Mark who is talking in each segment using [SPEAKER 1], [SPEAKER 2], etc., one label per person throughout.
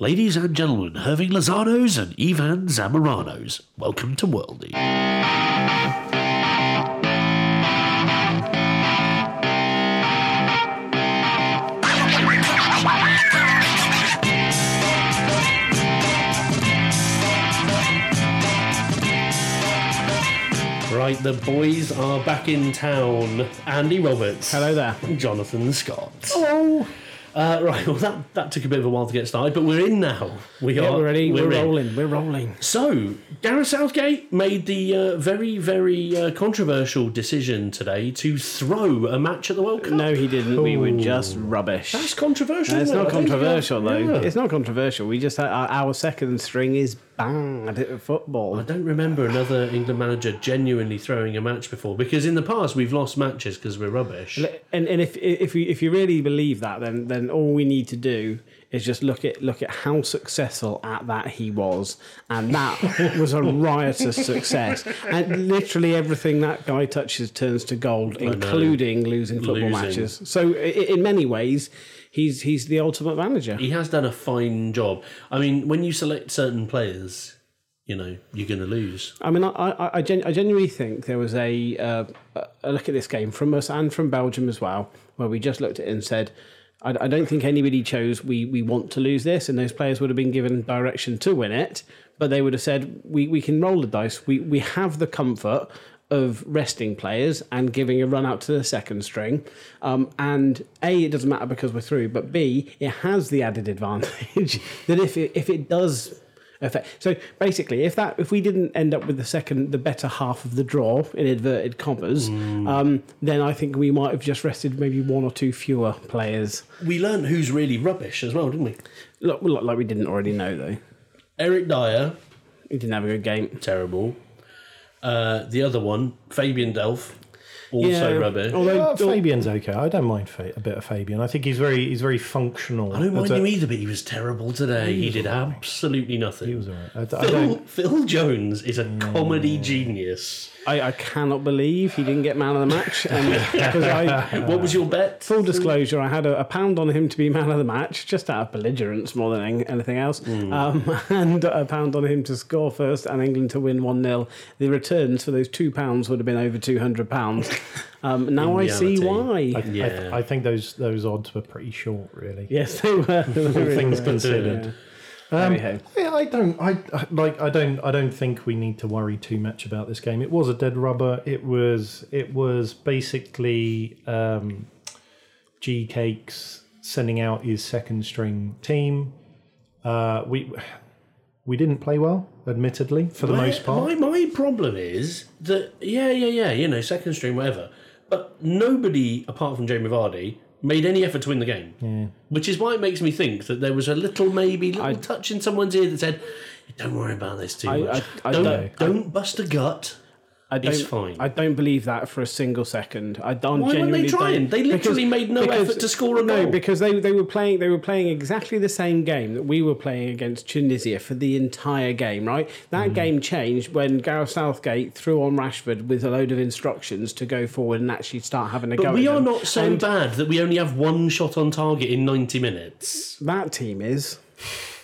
[SPEAKER 1] Ladies and gentlemen, Irving Lozanos and Ivan Zamoranos, welcome to Worldy. Right, the boys are back in town. Andy Roberts.
[SPEAKER 2] Hello there.
[SPEAKER 1] And Jonathan Scott. Hello. Uh, right, well, that, that took a bit of a while to get started, but we're in now. We
[SPEAKER 2] Yeah,
[SPEAKER 1] are
[SPEAKER 2] we're ready. We're,
[SPEAKER 1] in.
[SPEAKER 2] rolling. We're rolling.
[SPEAKER 1] So, Gareth Southgate made the uh, very, very uh, controversial decision today to throw a match at the World Cup.
[SPEAKER 2] No, he didn't. We were just rubbish.
[SPEAKER 1] That's controversial.
[SPEAKER 2] No, it's
[SPEAKER 1] isn't it?
[SPEAKER 2] not
[SPEAKER 1] I think-
[SPEAKER 2] controversial though.
[SPEAKER 1] Yeah.
[SPEAKER 2] It's not controversial. We just our, our second string is bad at
[SPEAKER 1] I
[SPEAKER 2] football.
[SPEAKER 1] don't remember another England manager genuinely throwing a match before because in the past we've lost matches because we're rubbish.
[SPEAKER 2] And and if if we if you really believe that, then then all we need to do is just look at look at how successful at that he was, and that was a riotous success. And literally everything that guy touches turns to gold, including losing football
[SPEAKER 1] Losing.
[SPEAKER 2] matches. So i- i- in many ways, he's he's the ultimate manager.
[SPEAKER 1] He has done a fine job. I mean, when you select certain players, you know you're going to lose.
[SPEAKER 2] I mean, I, I, I, gen- I genuinely think there was a, uh, a look at this game from us and from Belgium as well, where we just looked at it and said, I, I don't think anybody chose we, we want to lose this, and those players would have been given direction to win it, but they would have said, we, we can roll the dice. We, we have the comfort of resting players and giving a run out to the second string. Um, and A, it doesn't matter because we're through, but B, it has the added advantage that if it, if it does effect. So basically, if that if we didn't end up with the second, the better half of the draw in inverted commas, um, then I think we might have just rested maybe one or two fewer players.
[SPEAKER 1] We learned who's really rubbish as well, didn't we?
[SPEAKER 2] Look, look like we didn't already know though.
[SPEAKER 1] Eric Dyer,
[SPEAKER 2] We didn't have a good game.
[SPEAKER 1] terrible. Uh, the other one, Fabian Delph, also rubbish.
[SPEAKER 2] Although
[SPEAKER 3] Uh, Fabian's okay. I don't mind Fa- a bit of Fabian. I think he's very he's very functional. uh,
[SPEAKER 1] I don't mind
[SPEAKER 3] a,
[SPEAKER 1] him either, but he was terrible today. He did absolutely nothing.
[SPEAKER 3] He was Mm. alright. I, d- I
[SPEAKER 1] Phil,
[SPEAKER 3] don't.
[SPEAKER 1] Phil Jones is a comedy genius.
[SPEAKER 2] I, I cannot believe he didn't get man of the match. And because I,
[SPEAKER 1] What was your bet?
[SPEAKER 2] full disclosure, I had a, a pound on him to be man of the match, just out of belligerence more than any- anything else,
[SPEAKER 3] Hmm.
[SPEAKER 2] um, and a pound on him to score first and England to win 1 0. The returns for those two pounds would have been over £200. Um, now I see
[SPEAKER 1] reality.
[SPEAKER 2] why.
[SPEAKER 3] I, I, th-
[SPEAKER 1] Yeah.
[SPEAKER 3] I think those those odds were pretty short, really.
[SPEAKER 2] Yes, they were. They were really
[SPEAKER 3] things
[SPEAKER 2] good.
[SPEAKER 3] considered.
[SPEAKER 2] Yeah.
[SPEAKER 3] Um,
[SPEAKER 2] Anyhow.
[SPEAKER 3] Yeah, I don't. I I- like. I don't. I don't think we need to worry too much about this game. It was a dead rubber. It was. It was basically um, G Cakes sending out his second string team. Uh, we we didn't play well, admittedly, for the most part.
[SPEAKER 1] My, my problem is that, yeah, yeah, yeah, you know, second stream, whatever. But nobody, apart from Jamie Vardy, made any effort to win the game. Which is why it makes me think that there was a little, maybe, little touch in someone's ear that said, don't worry about this too much.
[SPEAKER 2] I- I
[SPEAKER 1] don't,
[SPEAKER 2] don't-
[SPEAKER 1] don't bust a gut.
[SPEAKER 2] I don't,
[SPEAKER 1] It's fine.
[SPEAKER 2] I don't believe that for a single second. I don't.
[SPEAKER 1] Why weren't they
[SPEAKER 2] genuinely
[SPEAKER 1] trying?
[SPEAKER 2] don't-
[SPEAKER 1] They literally made no effort to score a
[SPEAKER 2] no,
[SPEAKER 1] goal.
[SPEAKER 2] because they, they were playing they were playing exactly the same game that we were playing against Tunisia for the entire game. Right,
[SPEAKER 1] Hmm.
[SPEAKER 2] that game changed when Gareth Southgate threw on Rashford with a load of instructions to go forward and actually start having a go.
[SPEAKER 1] But we are
[SPEAKER 2] at them.
[SPEAKER 1] not so
[SPEAKER 2] And
[SPEAKER 1] bad that we only have one shot on target in 90 minutes.
[SPEAKER 2] that team is.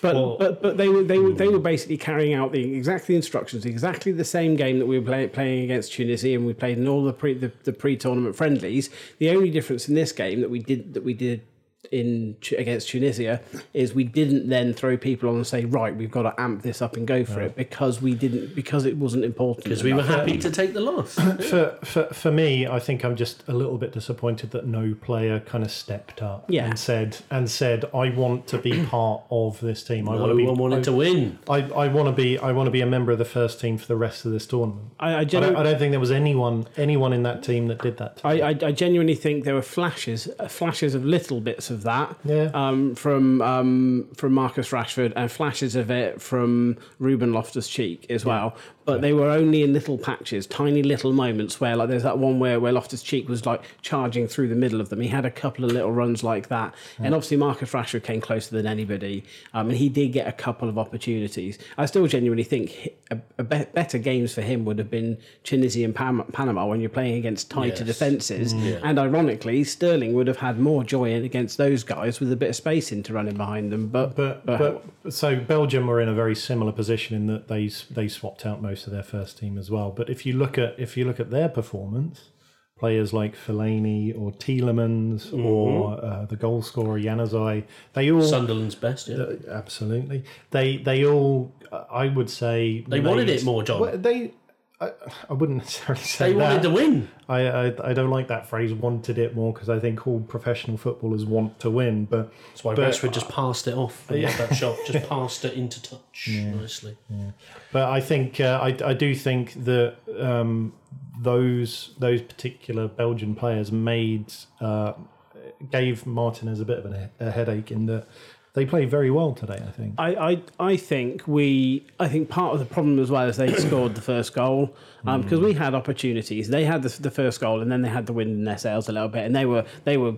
[SPEAKER 2] But,
[SPEAKER 1] Well-
[SPEAKER 2] but but they were they were they were basically carrying out the exactly the instructions, exactly the same game that we were play, playing against Tunisia, and we played in all the pre the, the pre tournament friendlies. The only difference in this game that we did that we did in Tu- against Tunisia is we didn't then throw people on and say right we've got to amp this up and go for it because we didn't because it wasn't important
[SPEAKER 1] Because we were happy to take the loss.
[SPEAKER 3] for, for for me, I think I'm just a little bit disappointed that no player kind of stepped up
[SPEAKER 2] Yeah.
[SPEAKER 3] and said and said, "I want to be part of this team. I want
[SPEAKER 1] No
[SPEAKER 3] to be.
[SPEAKER 1] one wanted
[SPEAKER 3] I,
[SPEAKER 1] to win.
[SPEAKER 3] I, I want to be. I want to be a member of the first team for the rest of this tournament.
[SPEAKER 2] I, I,
[SPEAKER 3] I
[SPEAKER 2] genu-
[SPEAKER 3] don't, I don't think there was anyone anyone in that team that did that.
[SPEAKER 2] I, I, I genuinely think there were flashes, uh, flashes of little bits of that
[SPEAKER 3] Yeah.
[SPEAKER 2] um, from um, from Marcus Rashford and flashes of it from Ruben Loftus Cheek as well. but they were only in little patches, tiny little moments where, like, there's that one where, where Loftus Cheek was like charging through the middle of them. He had a couple of little runs like that, and obviously Marcus Rashford came closer than anybody, um, and he did get a couple of opportunities. I still genuinely think he- a, a be- better games for him would have been Tunisia and Pan- Panama when you're playing against tighter
[SPEAKER 1] Yes.
[SPEAKER 2] defenses, and ironically, Sterling would have had more joy in against those guys with a bit of space into running behind them. But
[SPEAKER 3] But,
[SPEAKER 1] Uh,
[SPEAKER 3] but so Belgium were in a very similar position in that they s- they swapped out most of their first team as well. But if you look at if you look at their performance, players like Fellaini or Tielemans
[SPEAKER 1] Mm-hmm.
[SPEAKER 3] or uh, the goal scorer Januzaj, they all
[SPEAKER 1] Sunderland's best. Yeah.
[SPEAKER 3] absolutely they they all I would say
[SPEAKER 1] They wanted it more, John.
[SPEAKER 3] Well, they. I, I wouldn't necessarily say
[SPEAKER 1] They
[SPEAKER 3] that.
[SPEAKER 1] wanted to win.
[SPEAKER 3] I, I I don't like that phrase "wanted it more" because I think all professional footballers want to win, but
[SPEAKER 1] That's why
[SPEAKER 3] But-
[SPEAKER 1] Rashford just passed it off. and had Oh, that shot just passed it into touch nicely.
[SPEAKER 3] But I think uh, I, I do think that um, those those particular Belgian players made uh, gave Martinez a bit of an, a headache in that they played very well today. I think.
[SPEAKER 2] I, I I think we I think part of the problem as well is they scored the first goal um, because we had opportunities. They had the, the first goal and then they had the wind in their sails a little bit, and they were they were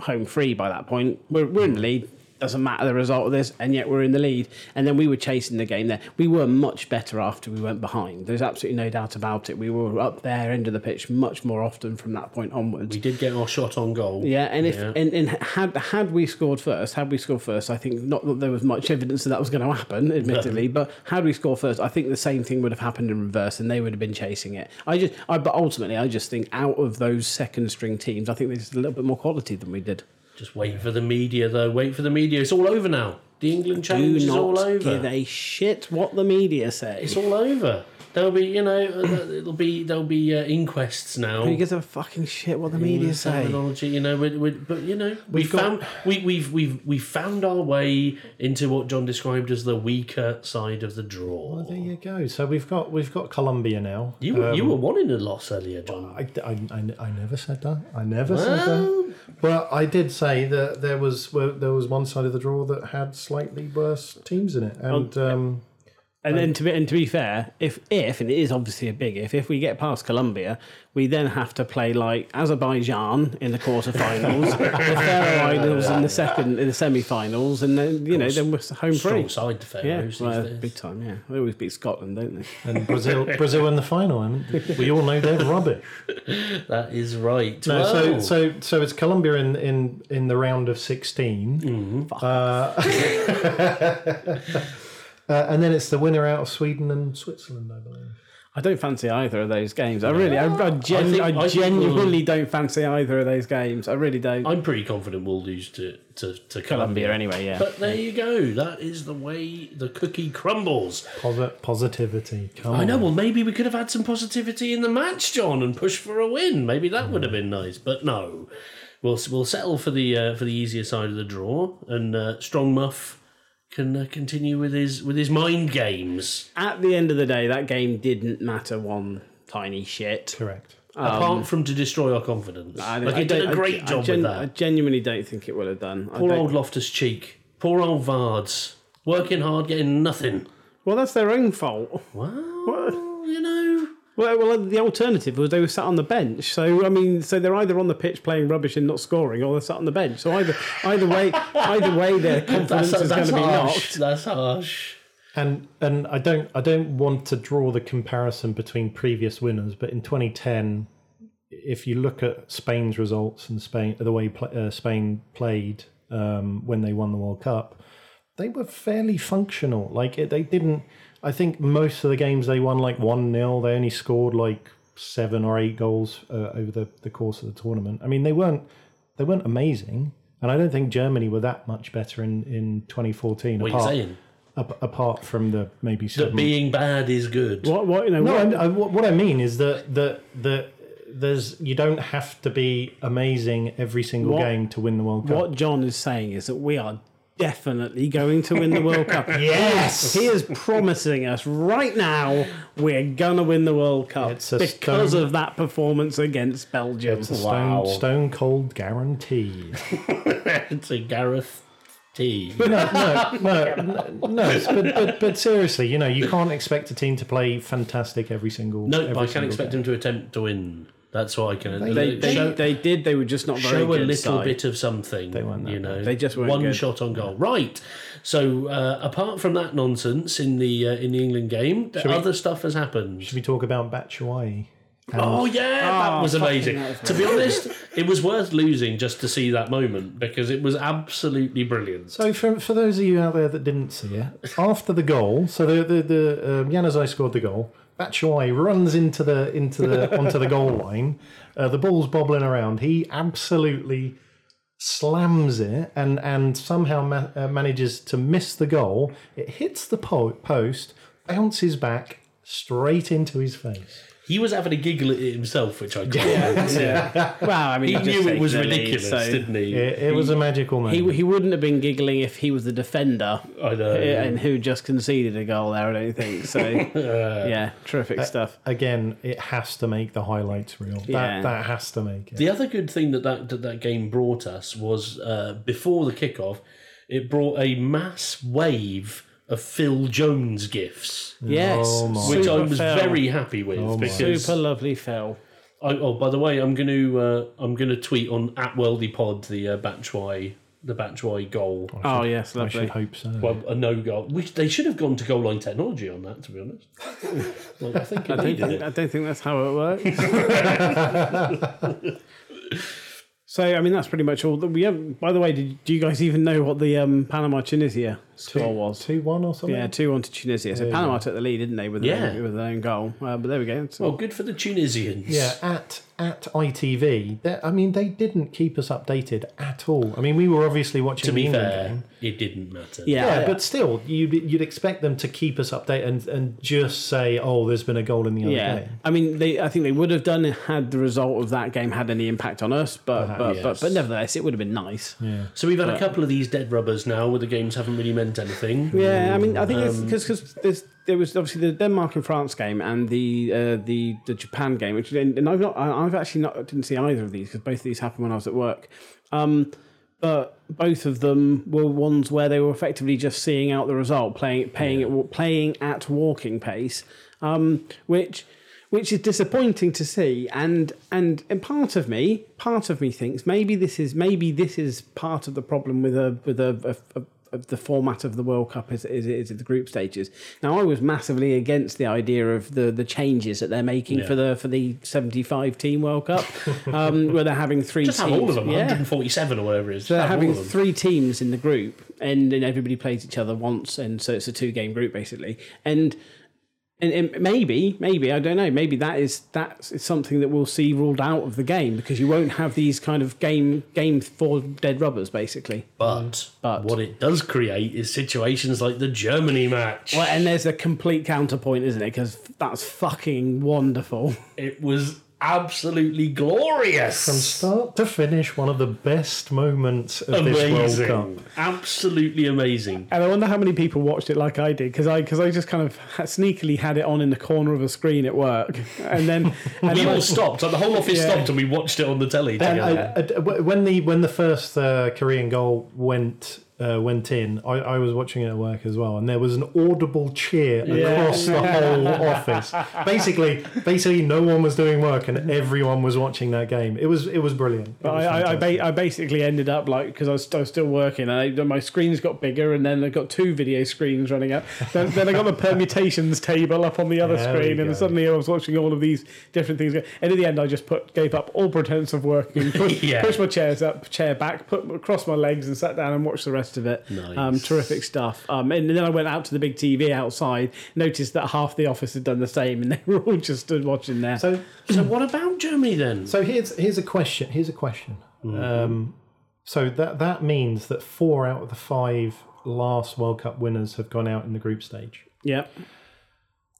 [SPEAKER 2] home free by that point. We're, we're in the lead. Doesn't matter the result of this, and yet we're in the lead. And then we were chasing the game there. We were much better after we went behind. There's absolutely no doubt about it. We were up there, end of the pitch, much more often from that point onwards.
[SPEAKER 1] We did get our shot on goal.
[SPEAKER 2] Yeah, and if
[SPEAKER 1] Yeah.
[SPEAKER 2] And, and had had we scored first, had we scored first, I think not that there was much evidence that that was going to happen, admittedly. But had we scored first, I think the same thing would have happened in reverse, and they would have been chasing it. I just, I but ultimately, I just think out of those second string teams, I think there's just a little bit more quality than we did.
[SPEAKER 1] Just wait for the media, though. Wait for the media. It's all over now. The England
[SPEAKER 2] Do
[SPEAKER 1] challenge is
[SPEAKER 2] not
[SPEAKER 1] all over.
[SPEAKER 2] give a shit what the media
[SPEAKER 1] it's
[SPEAKER 2] says.
[SPEAKER 1] all over. There'll be, you know, uh, it'll be there'll be uh, inquests now.
[SPEAKER 2] Who gives a fucking shit what the media say?
[SPEAKER 1] terminology, you know. We, we, but you know, we
[SPEAKER 3] We've got-
[SPEAKER 1] found we, we've we've we found our way into what John described as the weaker side of the draw.
[SPEAKER 3] Well, there you go. So we've got we've got Colombia now. Um,
[SPEAKER 1] you were
[SPEAKER 2] um,
[SPEAKER 1] you were wanting a loss earlier, John.
[SPEAKER 3] I, I, I, I never said that. I never said that.
[SPEAKER 1] Well,
[SPEAKER 3] Well, I did say that there was well, there was one side of the draw that had slightly worse teams in it, and
[SPEAKER 1] Oh.
[SPEAKER 3] um,
[SPEAKER 2] And then to be and to be fair, if if and it is obviously a big if, if we get past Colombia, we then have to play like Azerbaijan in the quarterfinals, the Faroe Islands in the second in the semi-finals, and then you know then we're home free.
[SPEAKER 1] strong side to Faroes
[SPEAKER 2] Yeah,
[SPEAKER 1] these
[SPEAKER 2] well,
[SPEAKER 1] days.
[SPEAKER 2] big time. Yeah, they always beat Scotland, don't they?
[SPEAKER 3] and Brazil Brazil in the final. I mean, we all know they're rubbish.
[SPEAKER 1] That is right.
[SPEAKER 3] No, so
[SPEAKER 1] Well,
[SPEAKER 3] so so it's Colombia in in in the round of 16 Uh, uh, and then it's the winner out of Sweden and Switzerland, I believe.
[SPEAKER 2] I don't fancy either of those games. I really, I, I, gen- I,
[SPEAKER 1] I think- I think
[SPEAKER 2] genuinely don't fancy either of those games. I really don't.
[SPEAKER 1] I'm pretty confident we'll lose to to, to
[SPEAKER 2] Colombia,
[SPEAKER 1] Colombia.
[SPEAKER 2] anyway. Yeah.
[SPEAKER 1] But there you go. That is the way the cookie crumbles.
[SPEAKER 3] Posi- positivity.
[SPEAKER 2] Oh.
[SPEAKER 3] Come
[SPEAKER 1] I know.
[SPEAKER 3] on.
[SPEAKER 1] Well, maybe we could have had some positivity in the match, John, and push for a win. Maybe that would have been nice. But no, we'll we'll settle for the uh, for the easier side of the draw, and uh, Strong Muff can uh, continue with his with his mind games.
[SPEAKER 2] At the end of the day, that game didn't matter one tiny shit.
[SPEAKER 3] Correct.
[SPEAKER 1] apart from to destroy our confidence, like he did
[SPEAKER 2] don't-
[SPEAKER 1] a great
[SPEAKER 2] Um, I- I
[SPEAKER 1] job
[SPEAKER 2] gen-
[SPEAKER 1] with that.
[SPEAKER 2] I genuinely don't think it would have done. I
[SPEAKER 1] Poor
[SPEAKER 2] don't-
[SPEAKER 1] old Loftus Cheek. Poor old Vards. Working hard, getting nothing.
[SPEAKER 2] Well, that's their own fault.
[SPEAKER 1] Well, you know.
[SPEAKER 2] Well, well, the alternative was they were sat on the bench. So I mean, so they're either on the pitch playing rubbish and not scoring, or they're sat on the bench. So either either way, either way, their confidence is going to be knocked.
[SPEAKER 1] That's harsh.
[SPEAKER 3] And and I don't I don't want to draw the comparison between previous winners, but in 2010, if you look at Spain's results and Spain the way pla uh, Spain played um, when they won the World Cup, they were fairly functional. Like it, they didn't. I think most of the games they won like one 0 They only scored like seven or eight goals uh, over the, the course of the tournament. I mean, they weren't they weren't amazing, and I don't think Germany were that much better in in 2014.
[SPEAKER 1] What are you
[SPEAKER 3] apart,
[SPEAKER 1] saying?
[SPEAKER 3] ap- apart from the maybe
[SPEAKER 1] That
[SPEAKER 3] seven.
[SPEAKER 1] being bad is good.
[SPEAKER 2] What what you know?
[SPEAKER 3] no,
[SPEAKER 2] what-
[SPEAKER 3] I, I, what what I mean is that that that there's you don't have to be amazing every single
[SPEAKER 2] What-
[SPEAKER 3] game to win the World Cup.
[SPEAKER 2] what John is saying is that we are definitely going to win the World Cup.
[SPEAKER 3] Yes.
[SPEAKER 2] He is promising us right now we're going to win the World Cup
[SPEAKER 3] It's a
[SPEAKER 2] because
[SPEAKER 3] stone-
[SPEAKER 2] of that performance against Belgium.
[SPEAKER 3] It's a stone, stone cold guarantee.
[SPEAKER 1] to Gareth Tea.
[SPEAKER 3] no, no, no. But, but but seriously, you know, you can't expect a team to play fantastic every single.
[SPEAKER 1] No,
[SPEAKER 3] every
[SPEAKER 1] but I can
[SPEAKER 3] single
[SPEAKER 1] expect
[SPEAKER 3] game.
[SPEAKER 1] him to attempt to win. That's what I can.
[SPEAKER 2] They, they,
[SPEAKER 1] show
[SPEAKER 2] they did. They were just not very
[SPEAKER 1] show a
[SPEAKER 2] good.
[SPEAKER 1] little
[SPEAKER 2] side.
[SPEAKER 1] bit of something. They
[SPEAKER 3] weren't that
[SPEAKER 1] You know,
[SPEAKER 2] They just weren't
[SPEAKER 1] one
[SPEAKER 2] good.
[SPEAKER 1] shot on goal. Right. So uh, apart from that nonsense in the uh, in the England game, the
[SPEAKER 3] we-
[SPEAKER 1] other stuff has happened.
[SPEAKER 3] Should we talk about Batshuayi? And-
[SPEAKER 1] Oh yeah, that
[SPEAKER 2] Oh,
[SPEAKER 1] was
[SPEAKER 2] fucking
[SPEAKER 1] amazing.
[SPEAKER 2] that was
[SPEAKER 1] to be honest, it was worth losing just to see that moment because it was absolutely brilliant.
[SPEAKER 3] So for, for those of you out there that didn't see it, after the goal, so the the, the um, Januzaj scored the goal. Batshuayi runs into the into the onto the goal line. Uh, the ball's bobbling around. He absolutely slams it and and somehow ma- uh, manages to miss the goal. It hits the po- post, bounces back straight into his face.
[SPEAKER 1] He was having a giggle at it himself, which I caught.
[SPEAKER 2] Yeah. well, I mean,
[SPEAKER 1] He
[SPEAKER 2] just
[SPEAKER 1] knew it
[SPEAKER 2] takes
[SPEAKER 1] was
[SPEAKER 2] the lead,
[SPEAKER 1] ridiculous,
[SPEAKER 2] so-
[SPEAKER 1] didn't he?
[SPEAKER 3] It, it was a magical moment.
[SPEAKER 2] He, he wouldn't have been giggling if he was the defender uh,
[SPEAKER 1] I know.
[SPEAKER 2] and who just conceded a goal there, I don't think. So, yeah, terrific
[SPEAKER 1] Uh,
[SPEAKER 2] stuff.
[SPEAKER 1] oh
[SPEAKER 3] Again, it has to make the highlights real.
[SPEAKER 2] Yeah.
[SPEAKER 3] That that has to make it.
[SPEAKER 1] The other good thing that that, that, that game brought us was uh, before the kickoff, it brought a mass wave of Phil Jones gifts,
[SPEAKER 2] Yes.
[SPEAKER 3] Oh my.
[SPEAKER 1] which I
[SPEAKER 2] super
[SPEAKER 1] was
[SPEAKER 2] Phil. Oh
[SPEAKER 1] very happy with because.
[SPEAKER 2] Super lovely Phil.
[SPEAKER 1] I, oh, by the way, I'm going to uh, I'm going to tweet on at Worldy Pod the uh, Batchway the Batchway goal,
[SPEAKER 2] Oh, yes,
[SPEAKER 3] I should
[SPEAKER 2] lovely.
[SPEAKER 3] hope so.
[SPEAKER 1] well, a no goal. Which they should have gone to goal line technology on that, to be honest. well, I think it needed it.
[SPEAKER 2] I don't think that's how it works. so, I mean, that's pretty much all that we have. By the way, did, do you guys even know what the um, Panama Tunisia score was?
[SPEAKER 3] two one or something.
[SPEAKER 2] Yeah, 2 1 to Tunisia. So, Panama took the lead, didn't they, with,
[SPEAKER 1] Yeah.
[SPEAKER 2] their, with their own goal? Uh, but there we go. So-
[SPEAKER 1] Well, good for the Tunisians.
[SPEAKER 3] Yeah, at at ITV. They- I mean, they didn't keep us updated at all. I mean, we were obviously watching
[SPEAKER 1] To
[SPEAKER 3] the
[SPEAKER 1] be
[SPEAKER 3] England
[SPEAKER 1] fair,
[SPEAKER 3] game.
[SPEAKER 1] it didn't matter.
[SPEAKER 3] Yeah, but still, you'd you'd expect them to keep us updated and, and just say, "Oh, there's been a goal in the other
[SPEAKER 2] Yeah,
[SPEAKER 3] game."
[SPEAKER 2] I mean, they. I think they would have done it had the result of that game had any impact on us, but but, but but nevertheless, it would have been nice. Yeah,
[SPEAKER 1] So we've had a couple of these dead rubbers now, where the games haven't really meant anything.
[SPEAKER 2] I mean, I think
[SPEAKER 1] Um,
[SPEAKER 2] because because there was obviously the Denmark and France game and the uh, the the Japan game, which and and I've not I- I've actually not didn't see either of these because both of these happened when I was at work. Um, but both of them were ones where they were effectively just seeing out the result, playing paying it playing at walking pace, um, which which is disappointing to see. And, and and part of me, part of me thinks maybe this is maybe this is part of the problem with a with a, a, a of the format of the World Cup is is, is the group stages. Now I was massively against the idea of the the changes that they're making for the for the seventy five team World Cup, um, where they're having three
[SPEAKER 1] Just have
[SPEAKER 2] teams.
[SPEAKER 1] all of them,
[SPEAKER 2] Yeah.
[SPEAKER 1] 147 or whatever it is.
[SPEAKER 2] So they're
[SPEAKER 1] Have all
[SPEAKER 2] having
[SPEAKER 1] of them.
[SPEAKER 2] three teams in the group, and then everybody plays each other once, and so it's a two-game group basically. And and, and maybe, maybe I don't know. Maybe that is that is something that we'll see ruled out of the game because you won't have these kind of game game for dead rubbers basically.
[SPEAKER 1] But,
[SPEAKER 2] But-
[SPEAKER 1] what it does create is situations like the Germany match.
[SPEAKER 2] Well, and there's a complete counterpoint, isn't it? Because that's fucking wonderful.
[SPEAKER 1] It was absolutely glorious.
[SPEAKER 3] From start to finish, one of the best moments of this World Cup.
[SPEAKER 1] amazing. Absolutely amazing.
[SPEAKER 2] And I wonder how many people watched it like I did because I because I just kind of sneakily had it on in the corner of a screen at work, and then and
[SPEAKER 1] We
[SPEAKER 2] then-
[SPEAKER 1] all stopped, like the whole office
[SPEAKER 2] Yeah.
[SPEAKER 1] stopped and we watched it on the telly
[SPEAKER 3] And
[SPEAKER 1] together.
[SPEAKER 3] I- I- w- when the when the first uh, Korean goal went uh, went in, I, I was watching it at work as well, and there was an audible cheer across the whole office. Basically, basically, no one was doing work, and everyone was watching that game. It was it was brilliant. It was
[SPEAKER 2] I, I, I,
[SPEAKER 3] fantastic.
[SPEAKER 2] ba- I basically ended up like because I was, I was still working and I, my screens got bigger and then I got two video screens running up. Then, then I got the permutations table up on the other
[SPEAKER 3] There we
[SPEAKER 2] screen and
[SPEAKER 3] go.
[SPEAKER 2] suddenly I was watching all of these different things. And in the end, I just put gave up all pretense of working, pushed,
[SPEAKER 1] Yeah.
[SPEAKER 2] pushed my chairs up, chair back, put across my legs and sat down and watched the rest of it.
[SPEAKER 1] Nice.
[SPEAKER 2] Um, terrific stuff. Um, and then I went out to the big TV outside, noticed that half the office had done the same and they were all just stood watching there.
[SPEAKER 3] so
[SPEAKER 1] so what about Germany then?
[SPEAKER 3] so here's here's a question. Here's a question.
[SPEAKER 2] Mm-hmm.
[SPEAKER 3] Um, so that that means that four out of the five last World Cup winners have gone out in the group stage.
[SPEAKER 2] yeah.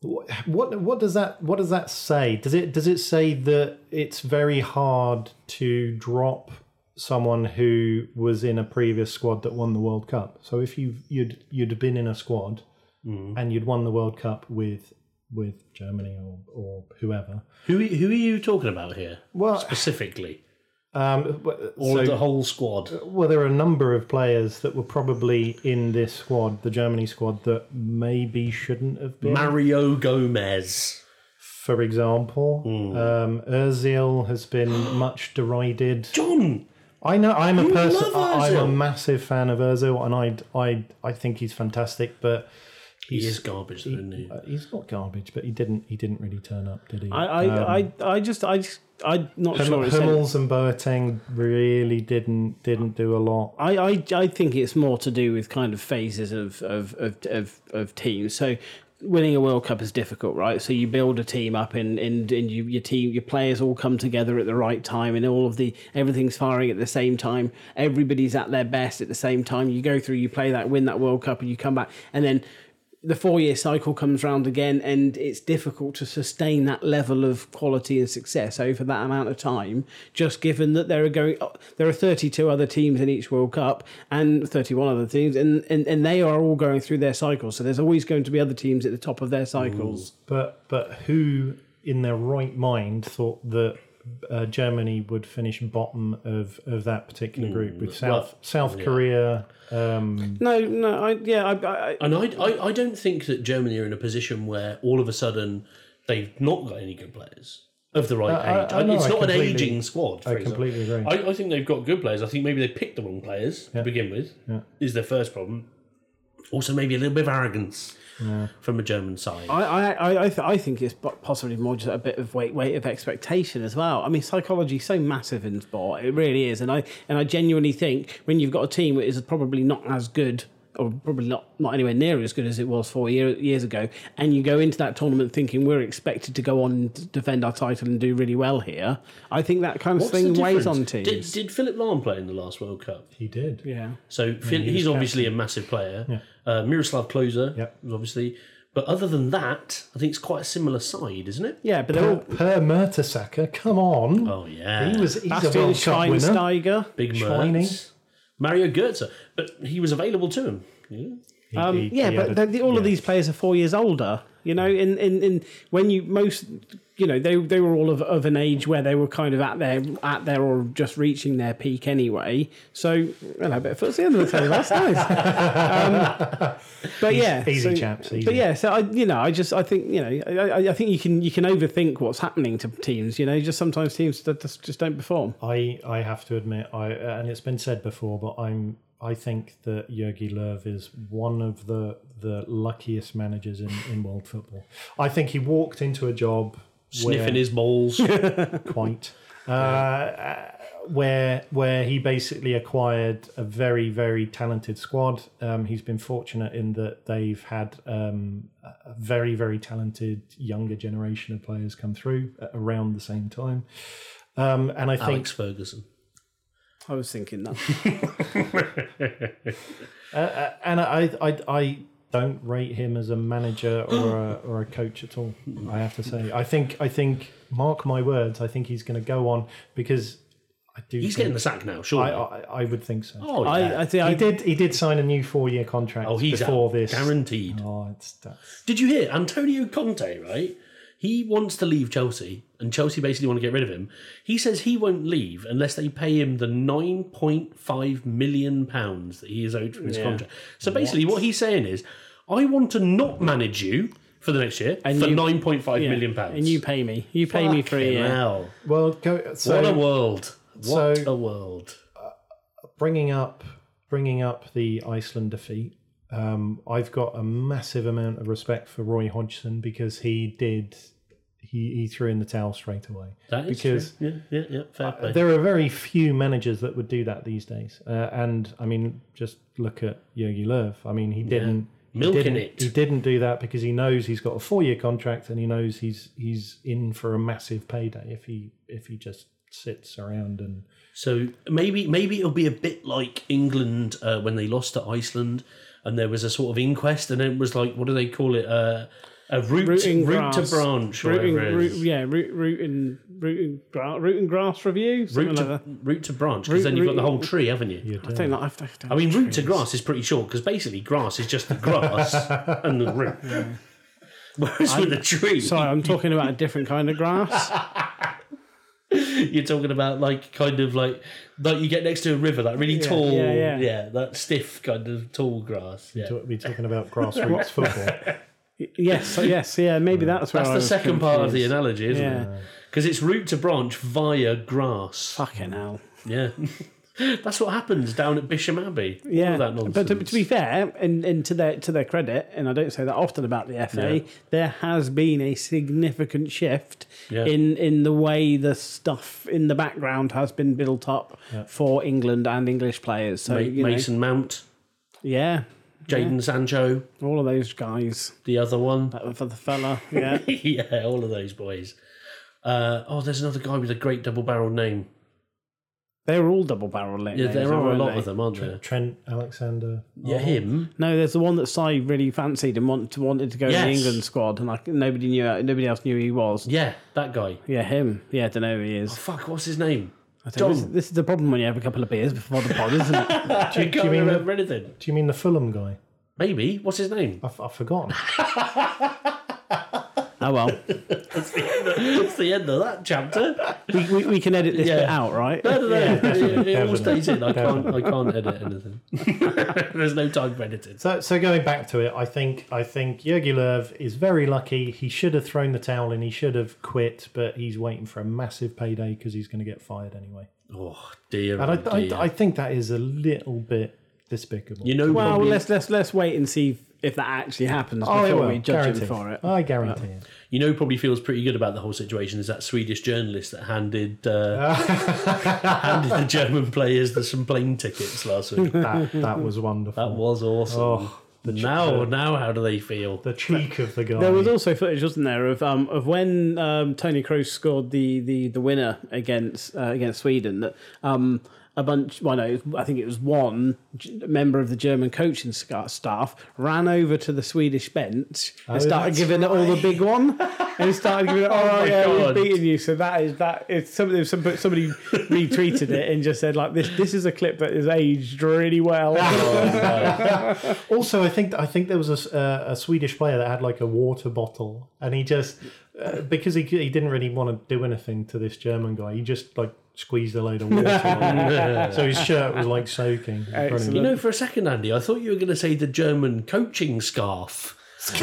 [SPEAKER 3] what what does that what does that say does it does it say that it's very hard to drop someone who was in a previous squad that won the world cup so if you you'd you'd have been in a squad and you'd won the world cup with with germany or or whoever
[SPEAKER 1] Who who are you talking about here
[SPEAKER 3] well
[SPEAKER 1] specifically?
[SPEAKER 3] Um, w-
[SPEAKER 1] Or
[SPEAKER 3] so-
[SPEAKER 1] the whole squad.
[SPEAKER 3] well, there are a number of players that were probably in this squad, the Germany squad, that maybe shouldn't have been.
[SPEAKER 1] Mario Gomez.
[SPEAKER 3] For example,
[SPEAKER 1] Hmm.
[SPEAKER 3] um, Özil has been much derided.
[SPEAKER 1] John!
[SPEAKER 3] I know I'm a
[SPEAKER 1] You
[SPEAKER 3] person.
[SPEAKER 1] love
[SPEAKER 3] I'm a
[SPEAKER 1] Ozil.
[SPEAKER 3] massive fan of Özil, and I I I think he's fantastic, but
[SPEAKER 1] He
[SPEAKER 3] he's
[SPEAKER 1] is garbage, though, isn't he?
[SPEAKER 3] uh, he's not garbage. But he didn't he didn't really turn up, did he?
[SPEAKER 2] I, I, I, I just, I just, I'm not
[SPEAKER 3] Hum-
[SPEAKER 2] sure. It's any-
[SPEAKER 3] Hummels and Boateng really didn't didn't do a lot.
[SPEAKER 2] I, I, I think it's more to do with kind of phases of of, of, of, of teams. So winning a World Cup is difficult, right? So you build a team up and, and, and you, your team your players all come together at the right time and all of the everything's firing at the same time. Everybody's at their best at the same time. You go through, you play that, win that World Cup and you come back and then the four year cycle comes round again and it's difficult to sustain that level of quality and success over that amount of time just given that there are going there are 32 other teams in each world cup and 31 other teams and and, and they are all going through their cycles so there's always going to be other teams at the top of their cycles
[SPEAKER 3] But but who in their right mind thought that uh, Germany would finish bottom of, of that particular group with South
[SPEAKER 1] Hmm, well,
[SPEAKER 3] South Korea? Um,
[SPEAKER 2] no no i yeah i, I I-
[SPEAKER 1] And I, I, I don't think that Germany are in a position where all of a sudden they've not got any good players of the right
[SPEAKER 3] Uh, I-
[SPEAKER 1] age.
[SPEAKER 3] I know,
[SPEAKER 1] it's
[SPEAKER 3] I
[SPEAKER 1] not an
[SPEAKER 3] completely-
[SPEAKER 1] aging squad. For
[SPEAKER 3] I completely
[SPEAKER 1] example. I, I think they've got good players. I think maybe they picked the wrong players to begin with. Is their first problem. Also, maybe a little bit of arrogance from a German side.
[SPEAKER 2] I, I, I, I, th- I think it's po- possibly more just a bit of weight weight of expectation as well. I mean, psychology is so massive in sport, it really is, and I and I genuinely think when you've got a team that is probably not as good. Or probably not, not anywhere near as good as it was four year, years ago. And you go into that tournament thinking we're expected to go on and d- defend our title and do really well here. I think that kind of
[SPEAKER 1] What's the
[SPEAKER 2] thing weighs
[SPEAKER 1] difference?
[SPEAKER 2] on teams.
[SPEAKER 1] Did, did Philip Lahm play in the last World Cup?
[SPEAKER 3] he did.
[SPEAKER 2] yeah.
[SPEAKER 1] So Finn, he's obviously a massive player. Uh, Miroslav Klose,
[SPEAKER 3] Yep.
[SPEAKER 1] obviously. But other than that, I think it's quite a similar side, isn't it?
[SPEAKER 2] Yeah, but they're
[SPEAKER 3] Per,
[SPEAKER 2] all.
[SPEAKER 3] per Mertesacker, come on.
[SPEAKER 1] Oh yeah,
[SPEAKER 3] He was he's a
[SPEAKER 2] Bastian
[SPEAKER 3] World Cup winner.
[SPEAKER 2] Schweinsteiger.
[SPEAKER 1] big
[SPEAKER 3] Shiny.
[SPEAKER 1] Mertz, Mario Goetze, but he was available to him. Yeah.
[SPEAKER 3] He-
[SPEAKER 2] Um,
[SPEAKER 3] he-
[SPEAKER 2] yeah,
[SPEAKER 3] he
[SPEAKER 2] but
[SPEAKER 3] had
[SPEAKER 2] the,
[SPEAKER 3] a-
[SPEAKER 2] the- all of
[SPEAKER 3] yeah.
[SPEAKER 2] these players are four years older. You know, in, in, in when you most, you know, they they were all of, of an age where they were kind of at their at their or just reaching their peak anyway. So, well, I bet foot's the end of the table. That's nice. um, but yeah,
[SPEAKER 3] easy
[SPEAKER 2] so-
[SPEAKER 3] chaps, easy.
[SPEAKER 2] But yeah, so I, you know, I just I think you know, I, I- I think you can you can overthink what's happening to teams. You know, just sometimes teams that just, just don't perform.
[SPEAKER 3] I, I have to admit, I and it's been said before, but I'm I think that Yogi Löw is one of the the luckiest managers in, in world football. I think he walked into a job
[SPEAKER 1] Sniffing
[SPEAKER 3] where-
[SPEAKER 1] his balls.
[SPEAKER 3] quite uh, uh, where where he basically acquired a very very talented squad. Um, he's been fortunate in that they've had um, a a very very talented younger generation of players come through at around the same time. Um, and I think
[SPEAKER 1] Alex Ferguson.
[SPEAKER 2] I was thinking that.
[SPEAKER 3] uh, and I, I I don't rate him as a manager or a, or a coach at all. I have to say, I think I think mark my words, I think he's going to go on because I do.
[SPEAKER 1] He's
[SPEAKER 3] think,
[SPEAKER 1] getting the sack now,
[SPEAKER 3] I,
[SPEAKER 1] surely.
[SPEAKER 3] I I would think so.
[SPEAKER 1] oh, yeah.
[SPEAKER 2] uh, I, uh, I think I
[SPEAKER 3] he did he did sign a new four year contract.
[SPEAKER 1] oh, he's
[SPEAKER 3] before
[SPEAKER 1] out.
[SPEAKER 3] this.
[SPEAKER 1] guaranteed.
[SPEAKER 3] Oh, it's that's,
[SPEAKER 1] Did you hear Antonio Conte? Right, he wants to leave Chelsea, and Chelsea basically want to get rid of him. He says he won't leave unless they pay him the nine point five million pounds that he is owed from his contract. So basically, what? he's saying is, I want to not manage you for the next year for
[SPEAKER 2] you-
[SPEAKER 1] nine point five
[SPEAKER 2] yeah.
[SPEAKER 1] million pounds.
[SPEAKER 2] and you pay me. You pay me for a
[SPEAKER 1] Fucking
[SPEAKER 2] year.
[SPEAKER 1] hell.
[SPEAKER 3] well, go, so
[SPEAKER 1] what a world! What
[SPEAKER 3] so-
[SPEAKER 1] a world!
[SPEAKER 3] bringing up bringing up the Iceland defeat. Um, I've got a massive amount of respect for Roy Hodgson because he did he, he threw in the towel straight away.
[SPEAKER 1] That is
[SPEAKER 3] because-
[SPEAKER 1] true. yeah, yeah, yeah, fair play.
[SPEAKER 3] There are very few managers that would do that these days. Uh, and I mean, just look at Yogi Löw. I mean, he didn't he
[SPEAKER 1] Milking
[SPEAKER 3] didn't-
[SPEAKER 1] it.
[SPEAKER 3] He didn't do that because he knows he's got a four-year contract and he knows he's he's in for a massive payday if he if he just sits around and
[SPEAKER 1] So maybe maybe it'll be a bit like England uh, when they lost to Iceland, and there was a sort of inquest, and it was like what do they call it? Uh, a root
[SPEAKER 2] Rooting
[SPEAKER 1] root to
[SPEAKER 2] grass.
[SPEAKER 1] branch, or
[SPEAKER 2] Root and,
[SPEAKER 1] whatever it
[SPEAKER 2] root,
[SPEAKER 1] is.
[SPEAKER 2] yeah, root, root and root and, gra- root and grass review. Something
[SPEAKER 1] root,
[SPEAKER 2] like
[SPEAKER 1] to,
[SPEAKER 2] that.
[SPEAKER 1] root to branch, because then you've got the whole tree, haven't you?
[SPEAKER 2] I think that I've, I've
[SPEAKER 1] I mean, root to grass is pretty short because basically grass is just the grass and the root. Whereas with a tree,
[SPEAKER 2] sorry, I'm talking about a different kind of grass.
[SPEAKER 1] You're talking about like kind of like like you get next to a river, that really
[SPEAKER 2] Yeah,
[SPEAKER 1] tall,
[SPEAKER 2] yeah, yeah.
[SPEAKER 1] that stiff kind of tall grass. Yeah.
[SPEAKER 3] We're talking about grassroots football.
[SPEAKER 2] Yes, yes, yeah. Maybe that's where
[SPEAKER 1] That's
[SPEAKER 2] I
[SPEAKER 1] the
[SPEAKER 2] was
[SPEAKER 1] second part of the
[SPEAKER 2] confused.
[SPEAKER 1] analogy, isn't it?
[SPEAKER 2] Yeah.
[SPEAKER 1] Because it's root to branch via grass.
[SPEAKER 2] Fucking hell.
[SPEAKER 1] Yeah. That's what happens down at Bisham Abbey. All
[SPEAKER 2] Yeah,
[SPEAKER 1] of that nonsense.
[SPEAKER 2] but to, to be fair, and, and to their to their credit, and I don't say that often about the FA,
[SPEAKER 1] Yeah.
[SPEAKER 2] there has been a significant shift
[SPEAKER 1] Yeah.
[SPEAKER 2] in in the way the stuff in the background has been built up for England and English players. So
[SPEAKER 1] Ma-
[SPEAKER 2] you know,
[SPEAKER 1] Mason Mount,
[SPEAKER 2] yeah,
[SPEAKER 1] Jaden Sancho,
[SPEAKER 2] all of those guys
[SPEAKER 1] the other one.
[SPEAKER 2] uh, for the fella, yeah,
[SPEAKER 1] yeah, all of those boys. Uh, oh, there's another guy with a great double-barreled name.
[SPEAKER 2] they're all double barrel lit.
[SPEAKER 1] Yeah, there are a lot of them, aren't there?
[SPEAKER 3] Trent, Trent Alexander.
[SPEAKER 1] Yeah, him.
[SPEAKER 2] No, there's the one that Si really fancied and want, wanted to go in the
[SPEAKER 1] Yes.
[SPEAKER 2] England squad, and like nobody knew, nobody else knew who he was.
[SPEAKER 1] Yeah, that guy. Oh,
[SPEAKER 2] Yeah, him. Yeah, I don't know who he is.
[SPEAKER 1] Fuck, what's his name?
[SPEAKER 2] I think This,
[SPEAKER 1] John.
[SPEAKER 2] this is the problem when you have a couple of beers before the pod, isn't it?
[SPEAKER 1] Do you, can't
[SPEAKER 3] do you mean
[SPEAKER 1] remember anything.
[SPEAKER 3] Do you mean the Fulham guy?
[SPEAKER 1] Maybe. What's his name?
[SPEAKER 3] I've, I've forgotten.
[SPEAKER 2] Oh well,
[SPEAKER 1] It's the end of that chapter.
[SPEAKER 2] we, we, we can edit this
[SPEAKER 1] Yeah.
[SPEAKER 2] bit out, right?
[SPEAKER 1] No, no, no. It, it all
[SPEAKER 3] Definitely.
[SPEAKER 1] stays in. I can't. I can't edit anything. There's no time for editing.
[SPEAKER 3] So, so going back to it, I think I think Jurgi Löw is very lucky. He should have thrown the towel and he should have quit, but he's waiting for a massive payday because he's going to get fired anyway.
[SPEAKER 1] Oh dear.
[SPEAKER 3] And I,
[SPEAKER 1] oh,
[SPEAKER 3] I,
[SPEAKER 1] dear.
[SPEAKER 3] I think that is a little bit despicable.
[SPEAKER 1] you know.
[SPEAKER 2] Well,
[SPEAKER 1] probably-
[SPEAKER 2] let's let's let's wait and see if that actually happens
[SPEAKER 3] oh, it
[SPEAKER 2] before
[SPEAKER 3] will.
[SPEAKER 2] we judge
[SPEAKER 3] Guarantee.
[SPEAKER 2] him for it.
[SPEAKER 3] I guarantee it.
[SPEAKER 1] you know probably feels pretty good about the whole situation is that Swedish journalist that handed uh, handed the German players the some plane tickets last week. That
[SPEAKER 3] That, that was wonderful.
[SPEAKER 1] was awesome.
[SPEAKER 3] Oh,
[SPEAKER 1] now, now, how do they feel?
[SPEAKER 3] the cheek of the guy.
[SPEAKER 2] There was also footage, wasn't there, of um, of when um, Tony Kroos scored the, the, the winner against uh, against Sweden that um, a bunch, well, no, I think it was one g- member of the German coaching sca- staff ran over to the Swedish bench
[SPEAKER 1] Oh,
[SPEAKER 2] and started
[SPEAKER 3] that's
[SPEAKER 2] giving it all the big one and started giving it. Oh,
[SPEAKER 1] my
[SPEAKER 2] yeah,
[SPEAKER 1] God.
[SPEAKER 2] we've beaten you. So that is that. It's somebody somebody, somebody retweeted it and just said like this. This is a clip that is aged really well.
[SPEAKER 3] Also, I think I think there was a, s- uh, a Swedish player that had like a water bottle, and he just uh, because he he didn't really want to do anything to this German guy, he just like squeezed a load of water, on him. so his shirt was like soaking.
[SPEAKER 2] Excellent.
[SPEAKER 1] You know, for a second, Andy, I thought you were going to say the German coaching scarf. and,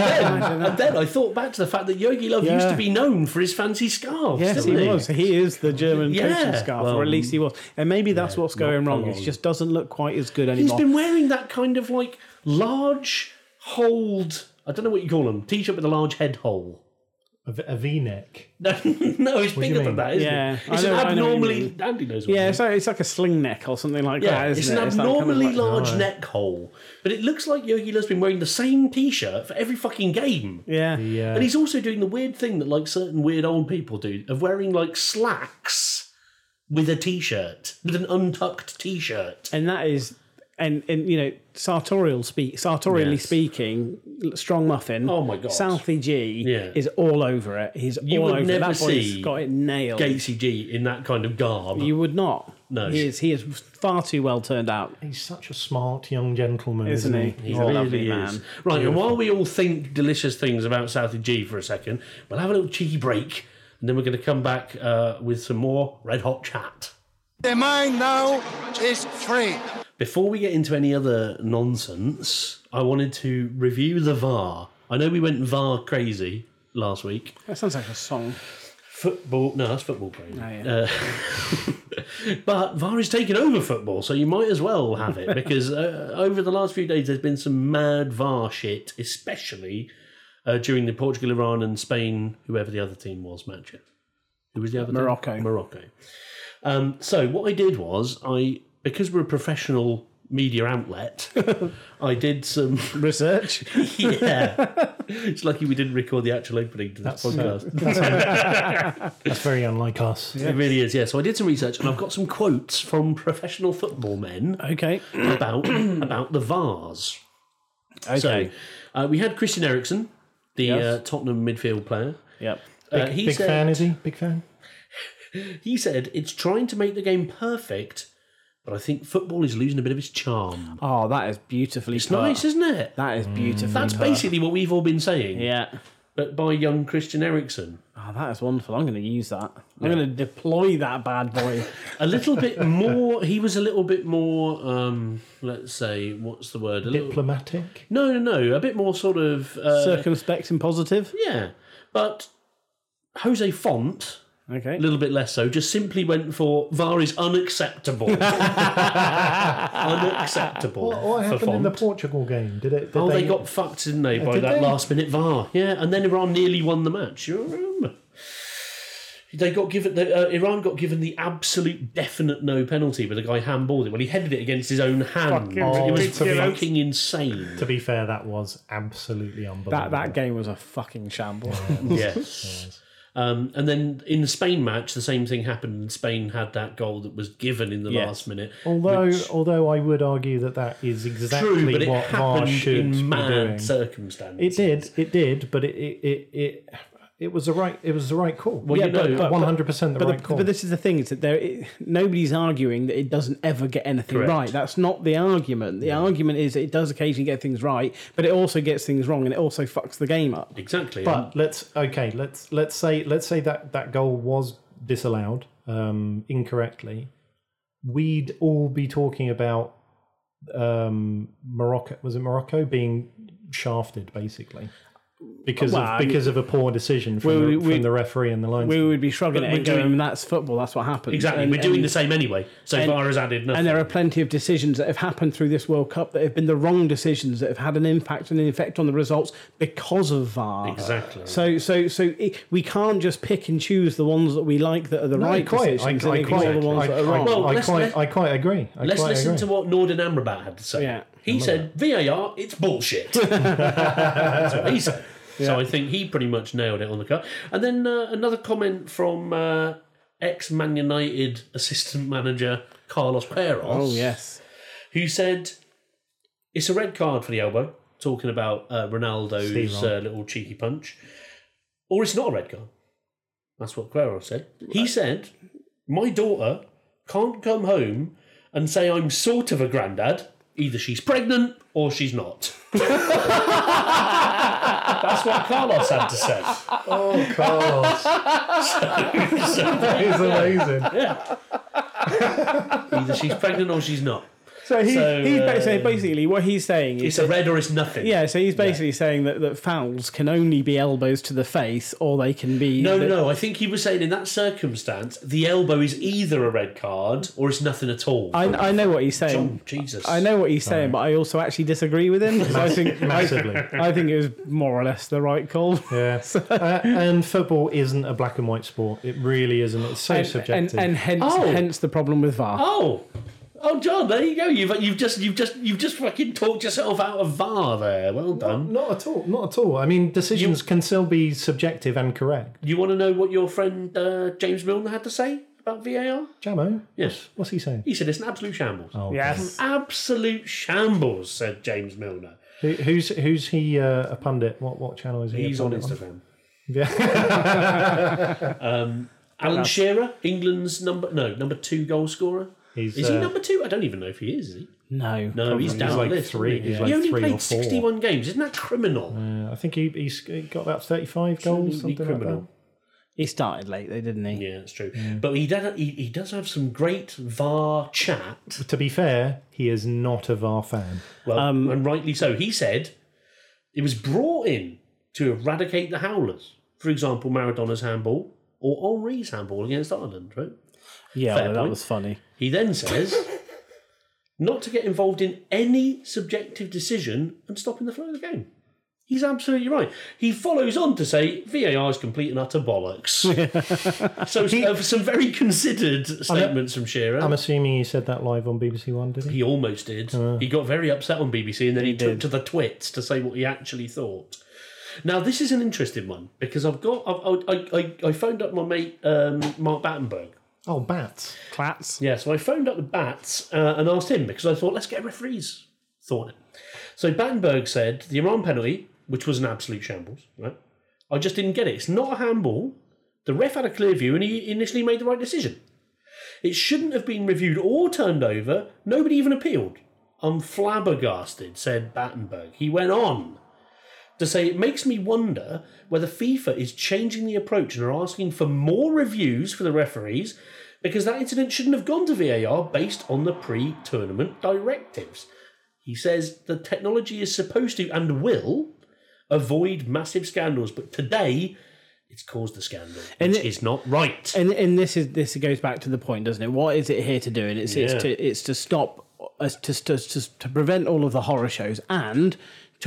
[SPEAKER 1] then, and then I thought back to the fact that Yogi Love used
[SPEAKER 2] Yeah.
[SPEAKER 1] to be known for his fancy scarves.
[SPEAKER 2] Yes, he
[SPEAKER 1] didn't
[SPEAKER 2] was. He is the German
[SPEAKER 1] Yeah.
[SPEAKER 2] coaching scarf,
[SPEAKER 1] Well,
[SPEAKER 2] or at least he was. And maybe that's what's going
[SPEAKER 1] for
[SPEAKER 2] wrong. It
[SPEAKER 1] long.
[SPEAKER 2] just doesn't look quite as good
[SPEAKER 1] He's
[SPEAKER 2] anymore.
[SPEAKER 1] been wearing that kind of like large hold. I don't know what you call them. T-shirt with a large head hole.
[SPEAKER 3] A, v- a V-neck.
[SPEAKER 1] No, no, it's
[SPEAKER 3] do you
[SPEAKER 1] bigger than
[SPEAKER 3] mean?
[SPEAKER 1] that, isn't
[SPEAKER 2] Yeah,
[SPEAKER 1] it?
[SPEAKER 2] I
[SPEAKER 1] It's
[SPEAKER 2] know-
[SPEAKER 1] an
[SPEAKER 2] I know what you
[SPEAKER 1] abnormally
[SPEAKER 2] mean.
[SPEAKER 1] Andy knows. What
[SPEAKER 2] yeah,
[SPEAKER 1] I
[SPEAKER 2] it's like, it's like a sling neck or something like
[SPEAKER 1] mean.
[SPEAKER 2] that, isn't
[SPEAKER 1] it's
[SPEAKER 2] it?
[SPEAKER 1] an
[SPEAKER 2] that kind of
[SPEAKER 1] abnormally
[SPEAKER 2] like- uh,
[SPEAKER 1] large neck hole, but it looks like Yogi Löw's been wearing the same T-shirt for every fucking game.
[SPEAKER 2] Yeah.
[SPEAKER 3] Yeah,
[SPEAKER 1] And he's also doing the weird thing that like certain weird old people do of wearing like slacks with a T-shirt, with an untucked T-shirt.
[SPEAKER 2] And that is, and, and you know, sartorial speak, sartorially
[SPEAKER 1] Yes.
[SPEAKER 2] speaking, Strong Muffin.
[SPEAKER 1] Oh my God.
[SPEAKER 2] Southie G
[SPEAKER 1] Yeah.
[SPEAKER 2] is all over it. He's all
[SPEAKER 1] would
[SPEAKER 2] over it.
[SPEAKER 1] never
[SPEAKER 2] That boy's
[SPEAKER 1] see
[SPEAKER 2] got it nailed.
[SPEAKER 1] Gatesy G in that kind of garb.
[SPEAKER 2] You would not.
[SPEAKER 1] No.
[SPEAKER 2] He is, he is far too well turned out.
[SPEAKER 3] he's such a smart young gentleman,
[SPEAKER 2] Isn't
[SPEAKER 3] isn't,
[SPEAKER 2] he?
[SPEAKER 3] he?
[SPEAKER 2] He's
[SPEAKER 3] Oh,
[SPEAKER 2] a
[SPEAKER 1] Really
[SPEAKER 2] lovely
[SPEAKER 1] is.
[SPEAKER 2] man.
[SPEAKER 1] Right, and while we all think delicious things about Southie G for a second, we'll have a little cheeky break, and then we're going to come back uh, with some more red hot chat.
[SPEAKER 4] The mind now is free.
[SPEAKER 1] Before we get into any other nonsense, I wanted to review the VAR. I know we went VAR crazy last week.
[SPEAKER 2] That sounds like a song.
[SPEAKER 1] Football, no, that's football crazy.
[SPEAKER 2] yeah.
[SPEAKER 1] But VAR is taking over football, so you might as well have it because uh, over the last few days there's been some mad VAR shit, especially uh, during the Portugal, Iran, and Spain, whoever the other team was, match. Who was the other
[SPEAKER 2] Morocco.
[SPEAKER 1] Team? Morocco. Um, so what I did was I, because we're a professional media outlet, I did some.
[SPEAKER 2] Research.
[SPEAKER 1] Yeah, it's lucky we didn't record the actual opening to this podcast.
[SPEAKER 3] That's very unlike us.
[SPEAKER 1] It really is. Yeah. So I did some research, and I've got some quotes from professional football men.
[SPEAKER 2] Okay.
[SPEAKER 1] about about the VARs.
[SPEAKER 2] Okay.
[SPEAKER 1] So uh, we had Christian Eriksen, the
[SPEAKER 2] Yes.
[SPEAKER 1] uh, Tottenham midfield player.
[SPEAKER 2] Yep.
[SPEAKER 1] Uh, he
[SPEAKER 3] Big
[SPEAKER 1] said
[SPEAKER 3] fan, is he? Big fan.
[SPEAKER 1] he said it's trying to make the game perfect, but I think football is losing a bit of its charm.
[SPEAKER 2] Oh, that is beautifully.
[SPEAKER 1] It's nice, isn't it? Mm.
[SPEAKER 2] That is beautiful.
[SPEAKER 1] That's basically what we've all been saying,
[SPEAKER 2] Yeah.
[SPEAKER 1] but by young Christian Eriksen.
[SPEAKER 2] Oh, that is wonderful. I'm going to use that. I'm going to deploy that bad boy.
[SPEAKER 1] A little bit more. He was a little bit more. Um, let's say, what's the word? A little,
[SPEAKER 3] Diplomatic.
[SPEAKER 1] no, no, no. A bit more sort of. Uh,
[SPEAKER 2] Circumspect and positive.
[SPEAKER 1] yeah, but Jose Font.
[SPEAKER 2] Okay.
[SPEAKER 1] A little bit less so. Just simply went for VAR is unacceptable. unacceptable.
[SPEAKER 3] What, what
[SPEAKER 1] for
[SPEAKER 3] happened in the
[SPEAKER 1] Font.
[SPEAKER 3] Portugal game? Did it? Did
[SPEAKER 1] Oh, they got fucked, didn't they, by
[SPEAKER 3] did
[SPEAKER 1] that
[SPEAKER 3] they?
[SPEAKER 1] last minute VAR? Yeah, and then Iran nearly won the match. You remember? They got given the, uh, Iran got given the absolute definite no penalty, but the guy handballed it. Well, he headed it against his own hand.
[SPEAKER 5] Fucking
[SPEAKER 1] it was
[SPEAKER 5] ridiculous.
[SPEAKER 1] fucking insane.
[SPEAKER 3] To be fair, that was absolutely unbelievable.
[SPEAKER 5] That that game was a fucking shambles.
[SPEAKER 1] yes. Um, and then in the Spain match, the same thing happened. Spain had that goal that was given in the
[SPEAKER 2] Yes.
[SPEAKER 1] last minute.
[SPEAKER 3] Although, although I would argue that that is exactly
[SPEAKER 1] True, but it
[SPEAKER 3] what VAR
[SPEAKER 1] happened
[SPEAKER 3] should
[SPEAKER 1] in
[SPEAKER 3] be doing.
[SPEAKER 1] mad circumstances.
[SPEAKER 3] It did, it did, but it it it, it, it was the right it was the right call. Well,
[SPEAKER 1] you know, but-
[SPEAKER 3] one hundred percent the
[SPEAKER 2] But,
[SPEAKER 3] right
[SPEAKER 2] the,
[SPEAKER 3] call.
[SPEAKER 2] but this is the thing: is that there it, nobody's arguing that it doesn't ever get anything
[SPEAKER 1] Correct.
[SPEAKER 2] right. That's not the argument. The argument is it does occasionally get things right, but it also gets things wrong, and it also fucks the game up.
[SPEAKER 1] Exactly.
[SPEAKER 3] But let's okay. Let's let's say let's say that that goal was disallowed um, incorrectly. We'd all be talking about um, Morocco. Was it Morocco being shafted basically because
[SPEAKER 2] Well,
[SPEAKER 3] of because of a poor decision from,
[SPEAKER 2] we-
[SPEAKER 3] the,
[SPEAKER 2] we-
[SPEAKER 3] from the referee and the linesman?
[SPEAKER 2] We would be shrugging
[SPEAKER 1] But
[SPEAKER 2] it
[SPEAKER 1] we're
[SPEAKER 2] and going,
[SPEAKER 1] doing-
[SPEAKER 2] "That's football. That's what happens."
[SPEAKER 1] exactly.
[SPEAKER 2] And-
[SPEAKER 1] We're doing
[SPEAKER 2] and-
[SPEAKER 1] the same anyway. So VAR has added nothing.
[SPEAKER 2] And there are plenty of decisions that have happened through this World Cup that have been the wrong decisions that have had an impact and an effect on the results because of VAR.
[SPEAKER 1] Exactly.
[SPEAKER 2] So, so, so it, we can't just pick and choose the ones that we like that are the
[SPEAKER 3] No,
[SPEAKER 2] right
[SPEAKER 3] quite. I,
[SPEAKER 2] decisions
[SPEAKER 3] I
[SPEAKER 2] and ignore
[SPEAKER 3] quite.
[SPEAKER 2] the ones
[SPEAKER 3] I,
[SPEAKER 2] that are
[SPEAKER 3] I-
[SPEAKER 2] wrong.
[SPEAKER 1] Well,
[SPEAKER 3] I
[SPEAKER 1] let's-
[SPEAKER 3] quite.
[SPEAKER 1] let's-
[SPEAKER 3] I quite agree. I
[SPEAKER 1] Let's
[SPEAKER 3] quite
[SPEAKER 1] listen
[SPEAKER 3] agree.
[SPEAKER 1] to what Norden Amrabat had to say.
[SPEAKER 2] Yeah.
[SPEAKER 1] He said VAR, it's bullshit. That's what he said. So I think he pretty much nailed it on the cut. And then uh, another comment from uh, ex Man United assistant manager Carlos Queiroz,
[SPEAKER 2] oh yes.
[SPEAKER 1] who said it's a red card for the elbow, talking about uh, Ronaldo's
[SPEAKER 3] Steve
[SPEAKER 1] uh, little cheeky punch, or it's not a red card. That's what Queiroz said. He said, My daughter can't come home and say I'm sort of a granddad. Either she's pregnant or she's not. That's what Carlos had to say.
[SPEAKER 3] Oh, Carlos. that is amazing.
[SPEAKER 1] Either she's pregnant or she's not.
[SPEAKER 2] So he,
[SPEAKER 1] So,
[SPEAKER 2] he's
[SPEAKER 1] uh,
[SPEAKER 2] ba- so basically what he's saying is
[SPEAKER 1] It's a red or it's nothing.
[SPEAKER 2] yeah. So he's basically saying that, that fouls can only be elbows to the face, or they can be
[SPEAKER 1] No,
[SPEAKER 2] the-
[SPEAKER 1] no, no. I think he was saying in that circumstance, the elbow is either a red card or it's nothing at all.
[SPEAKER 2] I, I know what he's saying.
[SPEAKER 1] John, Jesus.
[SPEAKER 2] I know what he's saying, but I also actually disagree with him. 'cause I think
[SPEAKER 3] Massively.
[SPEAKER 2] I, I think it was more or less the right call.
[SPEAKER 3] Yeah. uh, and football isn't a black and white sport. It really isn't. It's so
[SPEAKER 2] And, and,
[SPEAKER 3] subjective.
[SPEAKER 2] and hence,
[SPEAKER 1] Oh.
[SPEAKER 2] hence the problem with VAR.
[SPEAKER 1] Oh, oh, John, there you go. You've you've just you've just you've just fucking talked yourself out of VAR there. Well done.
[SPEAKER 3] not at all. Not at all. I mean, decisions can still be subjective and correct.
[SPEAKER 1] You want to know what your friend uh, James Milner had to say about VAR?
[SPEAKER 3] Jamo,
[SPEAKER 1] Yes,
[SPEAKER 3] what's he saying?
[SPEAKER 1] he said it's an absolute shambles.
[SPEAKER 3] Oh,
[SPEAKER 5] yes.
[SPEAKER 1] Absolute shambles," said James Milner.
[SPEAKER 3] Who, who's who's he? Uh, a pundit? What what channel is he? a
[SPEAKER 1] He's on
[SPEAKER 3] pundit
[SPEAKER 1] Instagram.
[SPEAKER 3] Yeah.
[SPEAKER 1] Alan Shearer, England's number no number two goal scorer.
[SPEAKER 3] He's,
[SPEAKER 1] Is he
[SPEAKER 3] uh,
[SPEAKER 1] number two? I don't even know if he is. is he?
[SPEAKER 2] No,
[SPEAKER 1] No, he's down
[SPEAKER 3] like
[SPEAKER 1] the list.
[SPEAKER 3] three-
[SPEAKER 1] isn't he
[SPEAKER 3] he's like
[SPEAKER 1] he only
[SPEAKER 3] three or
[SPEAKER 1] played
[SPEAKER 3] four.
[SPEAKER 1] sixty-one games. Isn't that criminal?
[SPEAKER 3] Uh, I think he he's got about thirty-five goals,
[SPEAKER 1] Absolutely
[SPEAKER 3] something like that.
[SPEAKER 1] criminal.
[SPEAKER 2] he started late, though, didn't he?
[SPEAKER 1] Yeah, that's true. But he, did, he he does have some great VAR chat.
[SPEAKER 3] To be fair, he is not a VAR fan.
[SPEAKER 1] Well,
[SPEAKER 3] Um,
[SPEAKER 1] and rightly so. He said it was brought in to eradicate the howlers. For example, Maradona's handball or Henri's handball against Ireland, right?
[SPEAKER 2] Yeah,
[SPEAKER 1] Fair
[SPEAKER 2] well, that
[SPEAKER 1] point.
[SPEAKER 2] was funny.
[SPEAKER 1] He then says not to get involved in any subjective decision and stopping the flow of the game. He's absolutely right. He follows on to say VAR is complete and utter bollocks. so uh, some very considered statements from Shearer.
[SPEAKER 3] I'm assuming he said that live on BBC One, did he?
[SPEAKER 1] He almost did. he got very upset on BBC and then he, took to the twits to say what he actually thought. Now this is an interesting one because I've got I've, I, I I phoned up my mate um, Mark Battenberg.
[SPEAKER 3] Oh, bats.
[SPEAKER 2] Clats.
[SPEAKER 1] Yeah, so I phoned up the Bats uh, and asked him because I thought let's get a referee's thought. So Battenberg said the Iran penalty, which was an absolute shambles, right? I just didn't get it. It's not a handball. The ref had a clear view and he initially made the right decision. It shouldn't have been reviewed or turned over. Nobody even appealed. I'm flabbergasted, said Battenberg. He went on. to say it makes me wonder whether FIFA is changing the approach and are asking for more reviews for the referees because that incident shouldn't have gone to VAR based on the pre tournament directives. He says the technology is supposed to and will avoid massive scandals, but today it's caused a scandal, which
[SPEAKER 2] And it-
[SPEAKER 1] is not right.
[SPEAKER 2] And and this is this goes back to the point, doesn't it? What is it here to do? And it's
[SPEAKER 1] Yeah.
[SPEAKER 2] it's to it's to stop us to, to, to to prevent all of the horror shows and.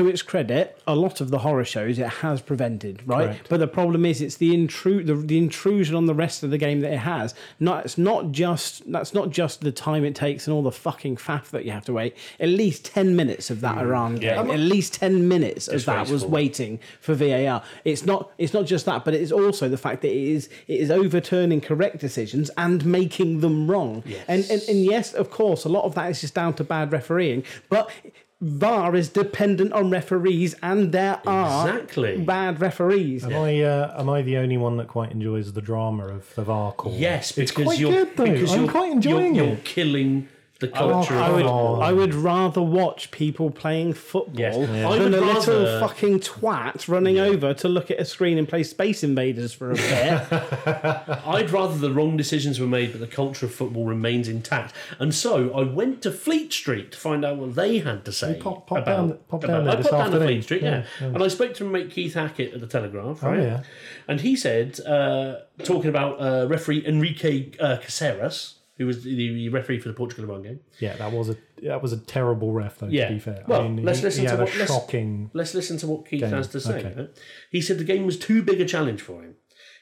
[SPEAKER 2] To its credit, a lot of the horror shows it has prevented, right?
[SPEAKER 3] Correct.
[SPEAKER 2] But the problem is, it's the intru- the, the intrusion on the rest of the game that it has. Not it's not just that's not just the time it takes and all the fucking faff that you have to wait. At least ten minutes of that Iran
[SPEAKER 1] Mm. Yeah.
[SPEAKER 2] game, at least ten minutes of that was
[SPEAKER 1] Disgraceful.
[SPEAKER 2] waiting waiting for VAR. It's not it's not just that, but it is also the fact that it is it is overturning correct decisions and making them wrong. And, and and yes, of course, a lot of that is just down to bad refereeing, but VAR is dependent on referees, and there are
[SPEAKER 1] Exactly.
[SPEAKER 2] bad referees.
[SPEAKER 3] Am I uh, am I the only one that quite enjoys the drama of the VAR call?
[SPEAKER 1] Yes,
[SPEAKER 3] it's
[SPEAKER 1] because
[SPEAKER 3] quite
[SPEAKER 1] you're
[SPEAKER 3] good though.
[SPEAKER 1] because
[SPEAKER 3] I'm
[SPEAKER 1] you're,
[SPEAKER 3] quite enjoying
[SPEAKER 1] you're,
[SPEAKER 3] it. Oh,
[SPEAKER 1] You're killing the culture.
[SPEAKER 2] I
[SPEAKER 1] of
[SPEAKER 2] would,
[SPEAKER 1] football.
[SPEAKER 2] I would rather watch people playing football
[SPEAKER 1] Oh. Yes. Yeah. I
[SPEAKER 2] than
[SPEAKER 1] would
[SPEAKER 2] a
[SPEAKER 1] rather-
[SPEAKER 2] little fucking twat running over to look at a screen and play Space Invaders for a bit.
[SPEAKER 1] I'd rather the wrong decisions were made, but the culture of football remains intact. And so I went to Fleet Street to find out what they had to say.
[SPEAKER 3] You pop- pop
[SPEAKER 1] about,
[SPEAKER 3] down- pop
[SPEAKER 1] about-
[SPEAKER 3] down there
[SPEAKER 1] I
[SPEAKER 3] this
[SPEAKER 1] popped down to
[SPEAKER 3] afternoon.
[SPEAKER 1] Fleet Street, yeah.
[SPEAKER 3] Yeah, Oh,
[SPEAKER 1] And I spoke to my mate Keith Hackett at the Telegraph, right?
[SPEAKER 3] yeah.
[SPEAKER 1] And he said, uh, talking about uh, referee Enrique uh, Caceres, who was the, the referee for the Portugal Iran game.
[SPEAKER 3] Yeah, that was a that was a terrible ref though.
[SPEAKER 1] Yeah.
[SPEAKER 3] To be fair,
[SPEAKER 1] Well,
[SPEAKER 3] I mean,
[SPEAKER 1] let's
[SPEAKER 3] he,
[SPEAKER 1] listen
[SPEAKER 3] he
[SPEAKER 1] to
[SPEAKER 3] had
[SPEAKER 1] what-
[SPEAKER 3] a
[SPEAKER 1] let's-
[SPEAKER 3] shocking.
[SPEAKER 1] Let's listen to what Keith
[SPEAKER 3] Game.
[SPEAKER 1] has to say.
[SPEAKER 3] Okay.
[SPEAKER 1] right? He said the game was too big a challenge for him.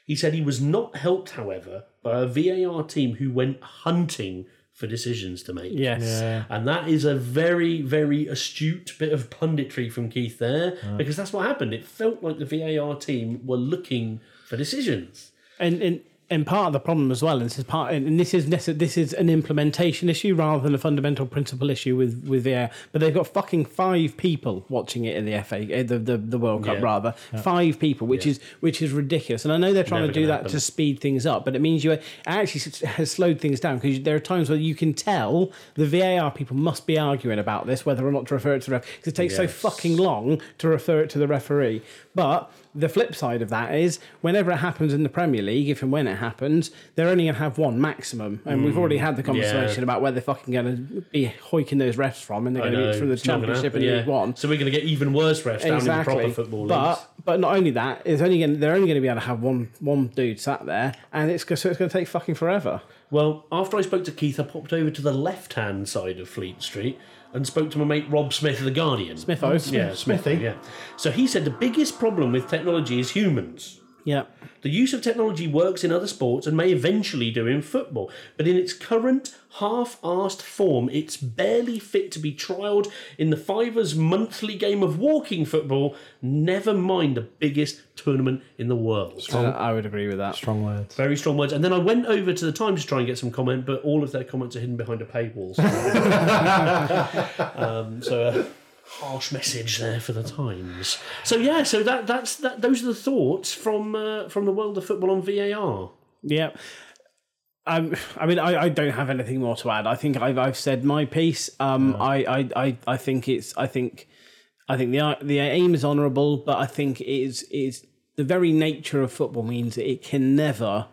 [SPEAKER 1] He said he was not helped, however, by a VAR team who went hunting for decisions to make.
[SPEAKER 2] yes.
[SPEAKER 1] And that is a very, very astute bit of punditry from Keith there, because that's what happened. It felt like the VAR team were looking for decisions.
[SPEAKER 2] and and and part of the problem as well, and this is part, and this is necess- this is an implementation issue rather than a fundamental principle issue with with the air. But they've got fucking five people watching it in the FA, eh, the the, the World Cup
[SPEAKER 1] Yeah.
[SPEAKER 2] rather, five people, which is which is ridiculous. And I know they're trying
[SPEAKER 1] Never
[SPEAKER 2] to do
[SPEAKER 1] gonna
[SPEAKER 2] that
[SPEAKER 1] happen.
[SPEAKER 2] to speed things up, but it means you it actually s- has slowed things down because there are times where you can tell the VAR people must be arguing about this whether or not to refer it to the ref because it takes so
[SPEAKER 1] Yes.
[SPEAKER 2] fucking long to refer it to the referee. But the flip side of that is whenever it happens in the Premier League, if and when it happens, they're only going to have one maximum. And we've already had the
[SPEAKER 1] Mm,
[SPEAKER 2] conversation about where they're fucking going to be hoiking those refs from, and they're
[SPEAKER 1] I
[SPEAKER 2] going to
[SPEAKER 1] know,
[SPEAKER 2] be from the
[SPEAKER 1] it's not gonna
[SPEAKER 2] Championship
[SPEAKER 1] happen,
[SPEAKER 2] and
[SPEAKER 1] yeah.
[SPEAKER 2] League One.
[SPEAKER 1] So we're going to get even worse refs down in the proper football
[SPEAKER 2] But
[SPEAKER 1] leagues.
[SPEAKER 2] but not only that, it's only going they're only going to be able to have one one dude sat there, and it's go- so it's going to take fucking forever.
[SPEAKER 1] Well, after I spoke to Keith, I popped over to the left hand side of Fleet Street and spoke to my mate Rob Smith of The Guardian.
[SPEAKER 2] Mythos.
[SPEAKER 1] Yeah,
[SPEAKER 3] Smithy.
[SPEAKER 1] Yeah. So he said the biggest problem with technology is humans.
[SPEAKER 2] yeah.
[SPEAKER 1] The use of technology works in other sports and may eventually do in football, but in its current half assed form, it's barely fit to be trialled in the Fivers monthly game of walking football, never mind the biggest tournament in the world.
[SPEAKER 2] I, I would agree with that.
[SPEAKER 3] Strong words.
[SPEAKER 1] Very strong words. And then I went over to the Times to try and get some comment, but all of their comments are hidden behind a paywall. So, um, so a harsh message there for the Times. So yeah, so that that's that. Those are the thoughts from uh, from the world of football on VAR.
[SPEAKER 2] Yeah. Um, I mean, I, I don't have anything more to add. I think I've, I've said my piece. Um, I, I, I, I think it's, I think, I think the ar- the aim is honourable, but I think it is is the very nature of football means that it can never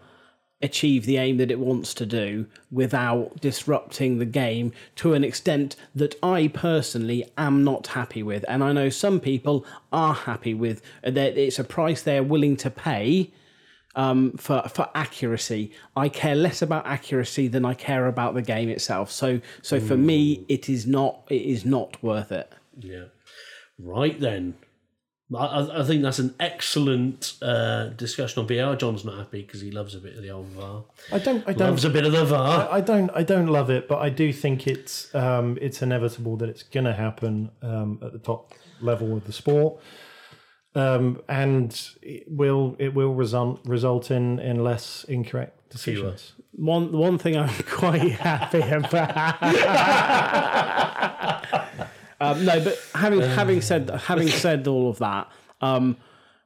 [SPEAKER 2] achieve the aim that it wants to do without disrupting the game to an extent that I personally am not happy with. And I know some people are happy with that. It's a price they're willing to pay for for accuracy. I care less about accuracy than I care about the game itself. So so for me, it is not it is not worth it.
[SPEAKER 1] Yeah. Right then. I, I- I think that's an excellent uh, discussion on VAR. John's not happy because he loves a bit of the old VAR.
[SPEAKER 3] I don't. I don't.
[SPEAKER 1] Loves a bit of the VAR.
[SPEAKER 3] I don't. I don't love it, but I do think it's um, it's inevitable that it's going to happen um, at the top level of the sport, um, and it will it will result result in in less incorrect decisions.
[SPEAKER 2] One one thing I'm quite happy about. um, no, but having having said having said all of that, um,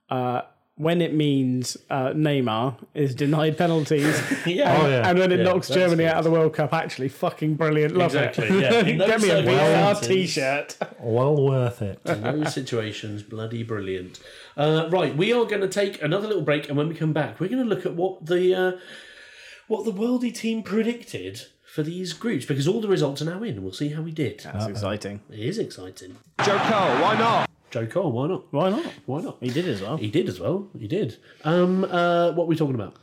[SPEAKER 2] uh,
[SPEAKER 6] when it means uh, Neymar is denied penalties, yeah.
[SPEAKER 3] Oh, yeah.
[SPEAKER 6] and when it
[SPEAKER 1] Yeah,
[SPEAKER 6] knocks
[SPEAKER 1] that's
[SPEAKER 6] Germany out of the World Cup, actually fucking brilliant. Love
[SPEAKER 1] Exactly,
[SPEAKER 6] it.
[SPEAKER 1] yeah. In
[SPEAKER 6] Get
[SPEAKER 1] those
[SPEAKER 6] me a VR
[SPEAKER 1] circumstances-
[SPEAKER 6] t-shirt.
[SPEAKER 3] Well worth it.
[SPEAKER 1] Those situations, bloody brilliant. Uh, right, we are going to take another little break, and when we come back, we're going to look at what the uh, what the worldy team predicted for these groups because all the results are now in. We'll see how we did.
[SPEAKER 2] That's exciting.
[SPEAKER 1] It is exciting.
[SPEAKER 4] Joe Cole, why not?
[SPEAKER 1] Joe Cole, why not?
[SPEAKER 2] Why not?
[SPEAKER 1] Why not?
[SPEAKER 2] He did as well.
[SPEAKER 1] He did as well. He did. Um, uh, what are we talking about?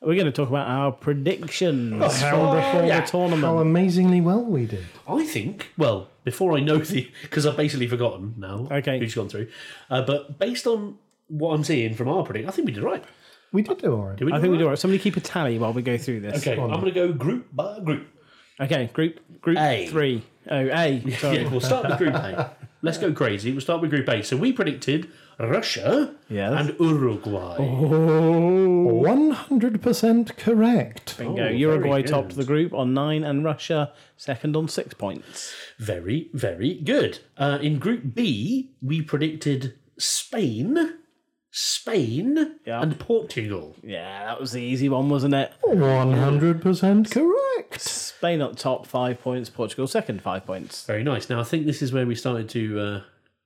[SPEAKER 2] We're going to talk about our predictions from before
[SPEAKER 1] Oh, yeah.
[SPEAKER 2] the tournament.
[SPEAKER 3] How amazingly well we did.
[SPEAKER 1] I think, well, before I know the, because I've basically forgotten now
[SPEAKER 2] Okay.
[SPEAKER 1] who's gone through, uh, but based on what I'm seeing from our predict, I think we did right.
[SPEAKER 3] We did do all right.
[SPEAKER 1] Did we?
[SPEAKER 2] I think we do. Right. Somebody keep a tally while we go through this.
[SPEAKER 1] Okay, I'm going to go group by group.
[SPEAKER 2] Okay. Group group
[SPEAKER 1] A.
[SPEAKER 2] three. Oh, A. Sorry.
[SPEAKER 1] Yeah, we'll start with Group A. Let's go crazy. We'll start with Group A. So we predicted Russia
[SPEAKER 2] Yes.
[SPEAKER 1] and Uruguay.
[SPEAKER 2] Oh.
[SPEAKER 3] 100% correct.
[SPEAKER 2] Bingo.
[SPEAKER 1] Oh,
[SPEAKER 2] Uruguay
[SPEAKER 1] very good.
[SPEAKER 2] topped the group on nine, and Russia second on six points.
[SPEAKER 1] Very, very good. Uh, in Group B, we predicted Spain, Spain,
[SPEAKER 2] Yeah.
[SPEAKER 1] and Portugal.
[SPEAKER 2] Yeah, that was the easy one, wasn't it?
[SPEAKER 3] 100% correct.
[SPEAKER 2] Spain up top five points. Portugal second five points.
[SPEAKER 1] Very nice. Now, I think this is where we started to uh,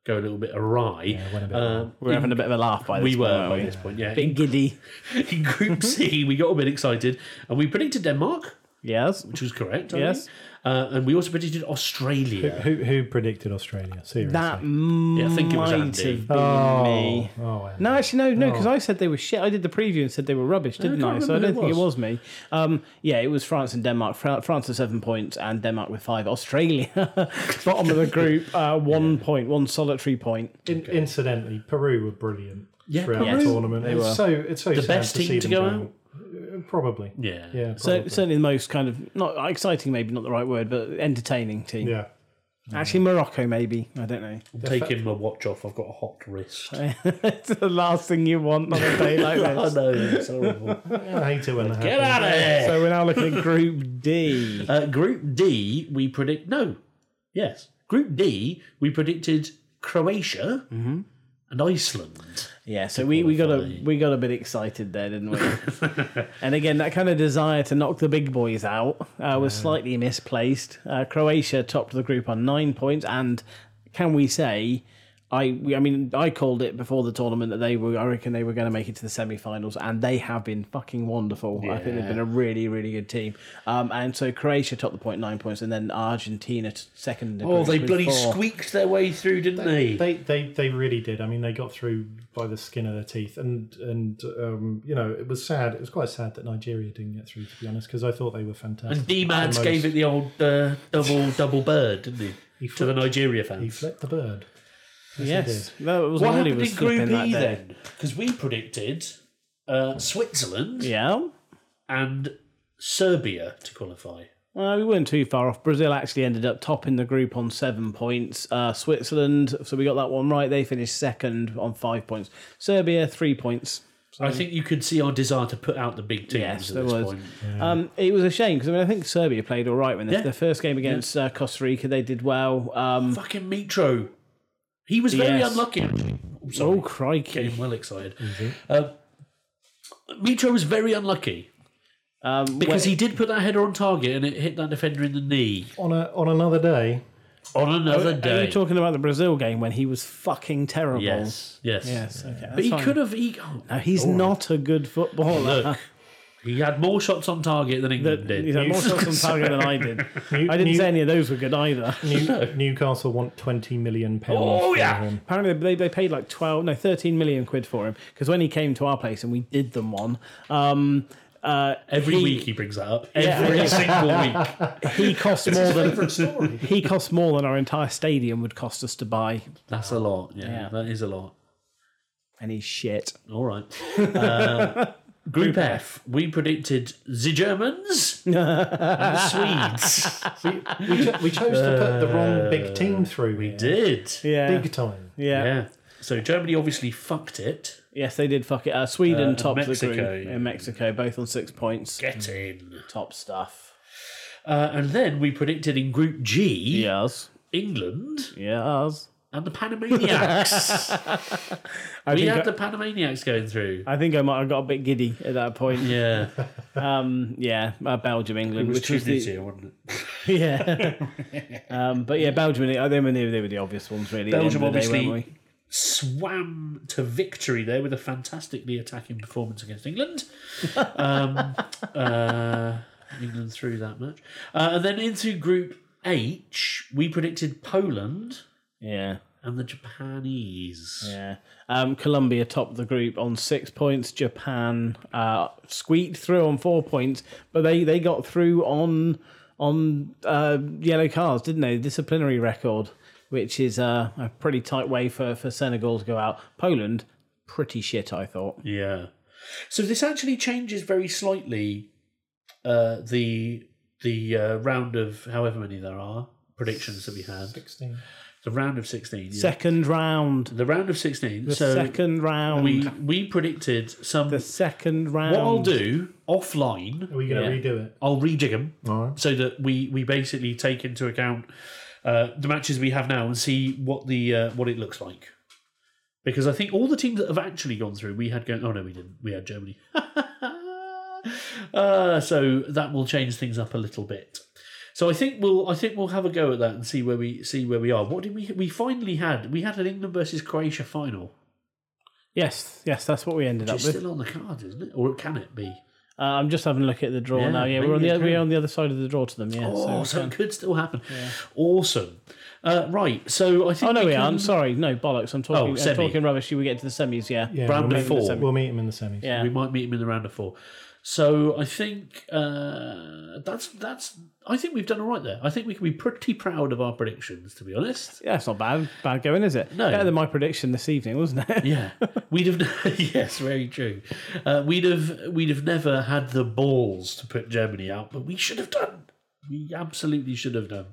[SPEAKER 1] go a little bit awry. Uh,
[SPEAKER 2] We're having a bit of a laugh by this
[SPEAKER 1] we
[SPEAKER 2] point,
[SPEAKER 1] were
[SPEAKER 2] weren't
[SPEAKER 1] by
[SPEAKER 2] we?
[SPEAKER 1] this point, yeah.
[SPEAKER 2] Bit giddy.
[SPEAKER 1] In Group C, we got a bit excited and we predicted Denmark,
[SPEAKER 2] Yes.
[SPEAKER 1] which was correct. I
[SPEAKER 2] Yes.
[SPEAKER 1] think. Uh, and we also predicted Australia.
[SPEAKER 3] Who, who predicted Australia? Seriously.
[SPEAKER 2] That might
[SPEAKER 1] Yeah, I think it was
[SPEAKER 2] have
[SPEAKER 1] Andy.
[SPEAKER 2] been
[SPEAKER 3] oh,
[SPEAKER 2] me.
[SPEAKER 3] oh, Andy.
[SPEAKER 2] No, actually, no, no, because I said they were shit. I did the preview and said they were rubbish, didn't I?
[SPEAKER 1] can't
[SPEAKER 2] So I
[SPEAKER 1] remember
[SPEAKER 2] don't
[SPEAKER 1] who it
[SPEAKER 2] think it
[SPEAKER 1] was.
[SPEAKER 2] was me. Um, yeah, it was France and Denmark. Fra- France with seven points and Denmark with five. Australia, bottom of the group, uh, one point, one solitary point.
[SPEAKER 3] In, incidentally, Peru were brilliant
[SPEAKER 1] Yeah,
[SPEAKER 3] throughout
[SPEAKER 1] Peru.
[SPEAKER 3] the tournament. It's so it's so
[SPEAKER 1] The
[SPEAKER 3] sad
[SPEAKER 1] best
[SPEAKER 3] to see
[SPEAKER 1] team to
[SPEAKER 3] them
[SPEAKER 1] go
[SPEAKER 3] down. Uh, Probably.
[SPEAKER 1] Yeah.
[SPEAKER 3] Yeah.
[SPEAKER 2] So
[SPEAKER 3] Probably.
[SPEAKER 2] certainly the most kind of not exciting, maybe not the right word, but entertaining team.
[SPEAKER 3] yeah.
[SPEAKER 2] Actually, Morocco, maybe I don't know.
[SPEAKER 1] taking my watch off. I've got a hot wrist.
[SPEAKER 2] it's the last thing you want on a day like this.
[SPEAKER 1] know it's horrible.
[SPEAKER 3] I hate it when that
[SPEAKER 1] Get
[SPEAKER 3] happens.
[SPEAKER 1] out of here.
[SPEAKER 2] so we're now looking at Group D.
[SPEAKER 1] Uh, group D, we predict no. Yes, Group D, we predicted Croatia and Iceland.
[SPEAKER 2] Yeah, so we, we got a we got a bit excited there, didn't we? and again, that kind of desire to knock the big boys out uh, was slightly misplaced. Uh, Croatia topped the group on nine points, and can we say, I we, I mean, I called it before the tournament that they were I reckon they were going to make it to the semi-finals, and they have been fucking wonderful. I think they've been a really really good team. Um, and so Croatia topped the point nine points, and then Argentina t- second. in the
[SPEAKER 1] Oh,
[SPEAKER 2] group
[SPEAKER 1] they
[SPEAKER 2] with
[SPEAKER 1] bloody
[SPEAKER 2] four.
[SPEAKER 1] squeaked their way through, didn't they?
[SPEAKER 3] They, they they really did. I mean, they got through by the skin of their teeth, and and um, you know it was sad. It was quite sad that Nigeria didn't get through, to be honest, because I thought they were fantastic.
[SPEAKER 1] and D Mads
[SPEAKER 3] Almost.
[SPEAKER 1] gave it the old uh, double double bird, didn't he? to the Nigeria fans.
[SPEAKER 3] He flipped the bird.
[SPEAKER 2] Yes, that was
[SPEAKER 1] What
[SPEAKER 2] Wally
[SPEAKER 1] happened
[SPEAKER 2] was
[SPEAKER 1] in Group
[SPEAKER 2] flipping that
[SPEAKER 1] E
[SPEAKER 2] day.
[SPEAKER 1] then? Because we predicted uh, Switzerland
[SPEAKER 2] Yeah.
[SPEAKER 1] and Serbia to qualify.
[SPEAKER 2] Well, Uh, we weren't too far off. Brazil actually ended up topping the group on seven points. Uh, Switzerland, so we got that one right. They finished second on five points. Serbia, three points.
[SPEAKER 1] I think you could see our desire to put out the big teams
[SPEAKER 2] Yes,
[SPEAKER 1] at
[SPEAKER 2] there
[SPEAKER 1] this
[SPEAKER 2] was.
[SPEAKER 1] point.
[SPEAKER 2] Um, it was a shame because I mean I think Serbia played all right when they,
[SPEAKER 1] Yeah.
[SPEAKER 2] their first game against uh, Costa Rica they did well. Um,
[SPEAKER 1] Fucking Mitro. He was very
[SPEAKER 2] Yes.
[SPEAKER 1] unlucky. I'm sorry.
[SPEAKER 2] oh crikey!
[SPEAKER 1] Getting well excited. Uh, Mitro was very unlucky
[SPEAKER 2] Um,
[SPEAKER 1] because
[SPEAKER 2] well,
[SPEAKER 1] he did put that header on target and it hit that defender in the knee
[SPEAKER 3] On a on another day,
[SPEAKER 1] on another
[SPEAKER 2] are
[SPEAKER 1] day.
[SPEAKER 2] you talking about the Brazil game when he was fucking terrible?
[SPEAKER 1] yes, yes,
[SPEAKER 2] Yes. Okay.
[SPEAKER 1] But
[SPEAKER 2] that's
[SPEAKER 1] he
[SPEAKER 2] fine.
[SPEAKER 1] could have. He, oh,
[SPEAKER 2] No, he's not a good footballer.
[SPEAKER 1] Look, he had more shots on target than England did.
[SPEAKER 2] He's had more shots on target than I did.
[SPEAKER 3] New-
[SPEAKER 2] I didn't
[SPEAKER 3] New-
[SPEAKER 2] say any of those were good either.
[SPEAKER 3] New, Newcastle want twenty million pounds.
[SPEAKER 1] Oh,
[SPEAKER 3] for
[SPEAKER 1] yeah.
[SPEAKER 3] him.
[SPEAKER 2] Apparently, they, they paid like 12, no, 13 million quid for him because when he came to our place and we did them one, um, uh,
[SPEAKER 1] Every
[SPEAKER 2] he-
[SPEAKER 1] week he brings that up.
[SPEAKER 2] Yeah.
[SPEAKER 1] Every single week.
[SPEAKER 2] he cost more than he cost more than our entire stadium would cost us to buy.
[SPEAKER 1] That's a lot. yeah,
[SPEAKER 2] Yeah.
[SPEAKER 1] that is a lot.
[SPEAKER 2] And he's shit.
[SPEAKER 1] All right. Uh, Group F, we predicted the Germans and the Swedes.
[SPEAKER 3] We, we, cho- we chose to put the wrong big team through. We
[SPEAKER 1] Did.
[SPEAKER 2] Yeah,
[SPEAKER 3] big time.
[SPEAKER 2] yeah,
[SPEAKER 1] Yeah. So Germany obviously fucked it.
[SPEAKER 2] yes, they did. Fuck it. Uh, Sweden
[SPEAKER 1] Uh,
[SPEAKER 2] topped
[SPEAKER 1] Mexico,
[SPEAKER 2] the group
[SPEAKER 1] yeah.
[SPEAKER 2] and Mexico, both on six points.
[SPEAKER 1] Get in.
[SPEAKER 2] Top stuff.
[SPEAKER 1] Uh, and then we predicted in Group G,
[SPEAKER 2] Yes,
[SPEAKER 1] England
[SPEAKER 2] yes.
[SPEAKER 1] And the Panamaniacs.
[SPEAKER 2] I
[SPEAKER 1] we
[SPEAKER 2] think
[SPEAKER 1] had
[SPEAKER 2] I,
[SPEAKER 1] the Panamaniacs going through.
[SPEAKER 2] I think I might have got a bit giddy at that point.
[SPEAKER 1] Yeah.
[SPEAKER 2] Um, yeah, uh, Belgium, England,
[SPEAKER 1] It was
[SPEAKER 2] which was the,
[SPEAKER 1] tribute to, wasn't it?
[SPEAKER 2] yeah. um, but yeah, Belgium. and- I think they were, they were the obvious ones, really. at the end
[SPEAKER 1] Belgium
[SPEAKER 2] of the day,
[SPEAKER 1] obviously
[SPEAKER 2] weren't we?
[SPEAKER 1] swam to victory there with a fantastically attacking performance against England. um, uh, England through that match. Uh, and then into Group H, we predicted Poland
[SPEAKER 2] Yeah,
[SPEAKER 1] and the Japanese.
[SPEAKER 2] yeah. Um, Colombia topped the group on six points. Japan uh, squeaked through on four points, but they they got through on on uh, yellow cards, didn't they? Disciplinary record, which is uh, a pretty tight way for for Senegal to go out. Poland, pretty shit, I thought.
[SPEAKER 1] Yeah. So this actually changes very slightly uh, the the uh, round of however many there are predictions that we had.
[SPEAKER 3] 16.
[SPEAKER 1] The round of sixteen. yeah.
[SPEAKER 2] Second round.
[SPEAKER 1] the round of sixteen.
[SPEAKER 2] The
[SPEAKER 1] so
[SPEAKER 2] second round.
[SPEAKER 1] we we predicted some.
[SPEAKER 2] the second round.
[SPEAKER 1] what I'll do offline,
[SPEAKER 3] Are we going to redo it?
[SPEAKER 1] I'll rejig them
[SPEAKER 3] All right.
[SPEAKER 1] so that we we basically take into account uh, the matches we have now and see what the uh, what it looks like. Because I think all the teams that have actually gone through, we had going. Oh no, we didn't. We had Germany. uh, so that will change things up a little bit. So I think we'll I think we'll have a go at that and see where we see where we are. What did we we finally had? We had an England versus Croatia final.
[SPEAKER 2] Yes, yes, that's what we ended up
[SPEAKER 1] It's
[SPEAKER 2] with. Uh,
[SPEAKER 1] still on the cards, isn't it? Or can it be?
[SPEAKER 2] I'm just having a look at the draw
[SPEAKER 1] Yeah,
[SPEAKER 2] now. Yeah,
[SPEAKER 1] maybe
[SPEAKER 2] we're on
[SPEAKER 1] it
[SPEAKER 2] the
[SPEAKER 1] can.
[SPEAKER 2] we're on the other side of the draw to them. Yeah.
[SPEAKER 1] Oh, so,
[SPEAKER 2] so we
[SPEAKER 1] it
[SPEAKER 2] can-
[SPEAKER 1] could still happen. Awesome. Uh, right, so I think.
[SPEAKER 2] oh no, we
[SPEAKER 1] can-
[SPEAKER 2] aren't. Sorry, no bollocks. I'm
[SPEAKER 1] um,
[SPEAKER 2] talking.
[SPEAKER 1] Oh,
[SPEAKER 2] I'm
[SPEAKER 1] semi.
[SPEAKER 2] talking rubbish. We get to the semis. Yeah.
[SPEAKER 3] Yeah,
[SPEAKER 1] Round of
[SPEAKER 3] we'll meet him in the
[SPEAKER 1] four.
[SPEAKER 3] semi- We'll meet him in the semis.
[SPEAKER 2] Yeah.
[SPEAKER 1] We might meet him in the round of four. So I think uh, that's that's. I think we've done all right there. I think we can be pretty proud of our predictions, to be honest.
[SPEAKER 2] Yeah, it's not bad. Bad going, is it?
[SPEAKER 1] No.
[SPEAKER 2] Better than my prediction this evening, wasn't it?
[SPEAKER 1] Yeah, we'd have. yes, very true. Uh, we'd have we'd have never had the balls to put Germany out, but we should have done. We absolutely should have done,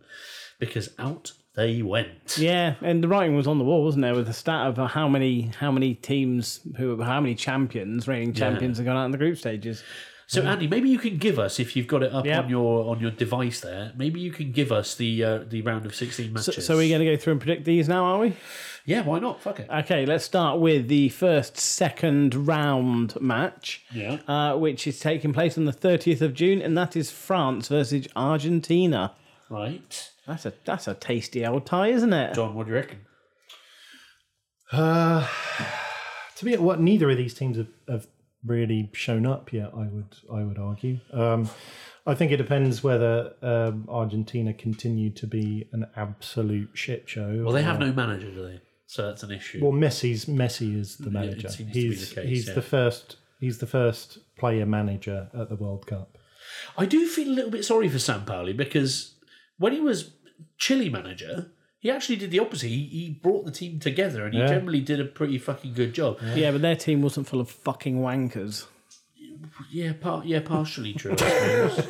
[SPEAKER 1] because out they went.
[SPEAKER 2] Yeah, and the writing was on the wall, wasn't there, with the stat of how many how many teams who how many champions, reigning champions, have gone out in the group stages.
[SPEAKER 1] So Andy, maybe you can give us if you've got it up
[SPEAKER 2] Yeah.
[SPEAKER 1] on your on your device there. Maybe you can give us the uh, the round of sixteen
[SPEAKER 2] So,
[SPEAKER 1] matches.
[SPEAKER 2] so we're going to go through and predict these now, are we?
[SPEAKER 1] yeah, why not? Fuck it.
[SPEAKER 2] Okay, let's start with the first second round match.
[SPEAKER 1] Yeah.
[SPEAKER 2] Uh, which is taking place on the 30th of June, and that is France versus Argentina.
[SPEAKER 1] Right,
[SPEAKER 2] That's a that's a tasty old tie, isn't it?
[SPEAKER 1] John, what do you reckon?
[SPEAKER 3] Uh, to be what neither of these teams have, have really shown up yet. I would I would argue. Um, I think it depends whether um, Argentina continue to be an absolute shit show.
[SPEAKER 1] Well, they have no manager, do they? So that's an issue.
[SPEAKER 3] Well, Messi's Messi is the manager.
[SPEAKER 1] seems to be
[SPEAKER 3] he's
[SPEAKER 1] the case,
[SPEAKER 3] he's
[SPEAKER 1] yeah.
[SPEAKER 3] the first he's the first player manager at the World Cup.
[SPEAKER 1] I do feel a little bit sorry for Sampaoli because when he was Chile manager, he actually did the opposite. He, he brought the team together and he
[SPEAKER 3] Yeah.
[SPEAKER 1] generally did a pretty fucking good job. Yeah,
[SPEAKER 2] Yeah, but their team wasn't full of fucking wankers.
[SPEAKER 1] par- yeah partially true. I suppose.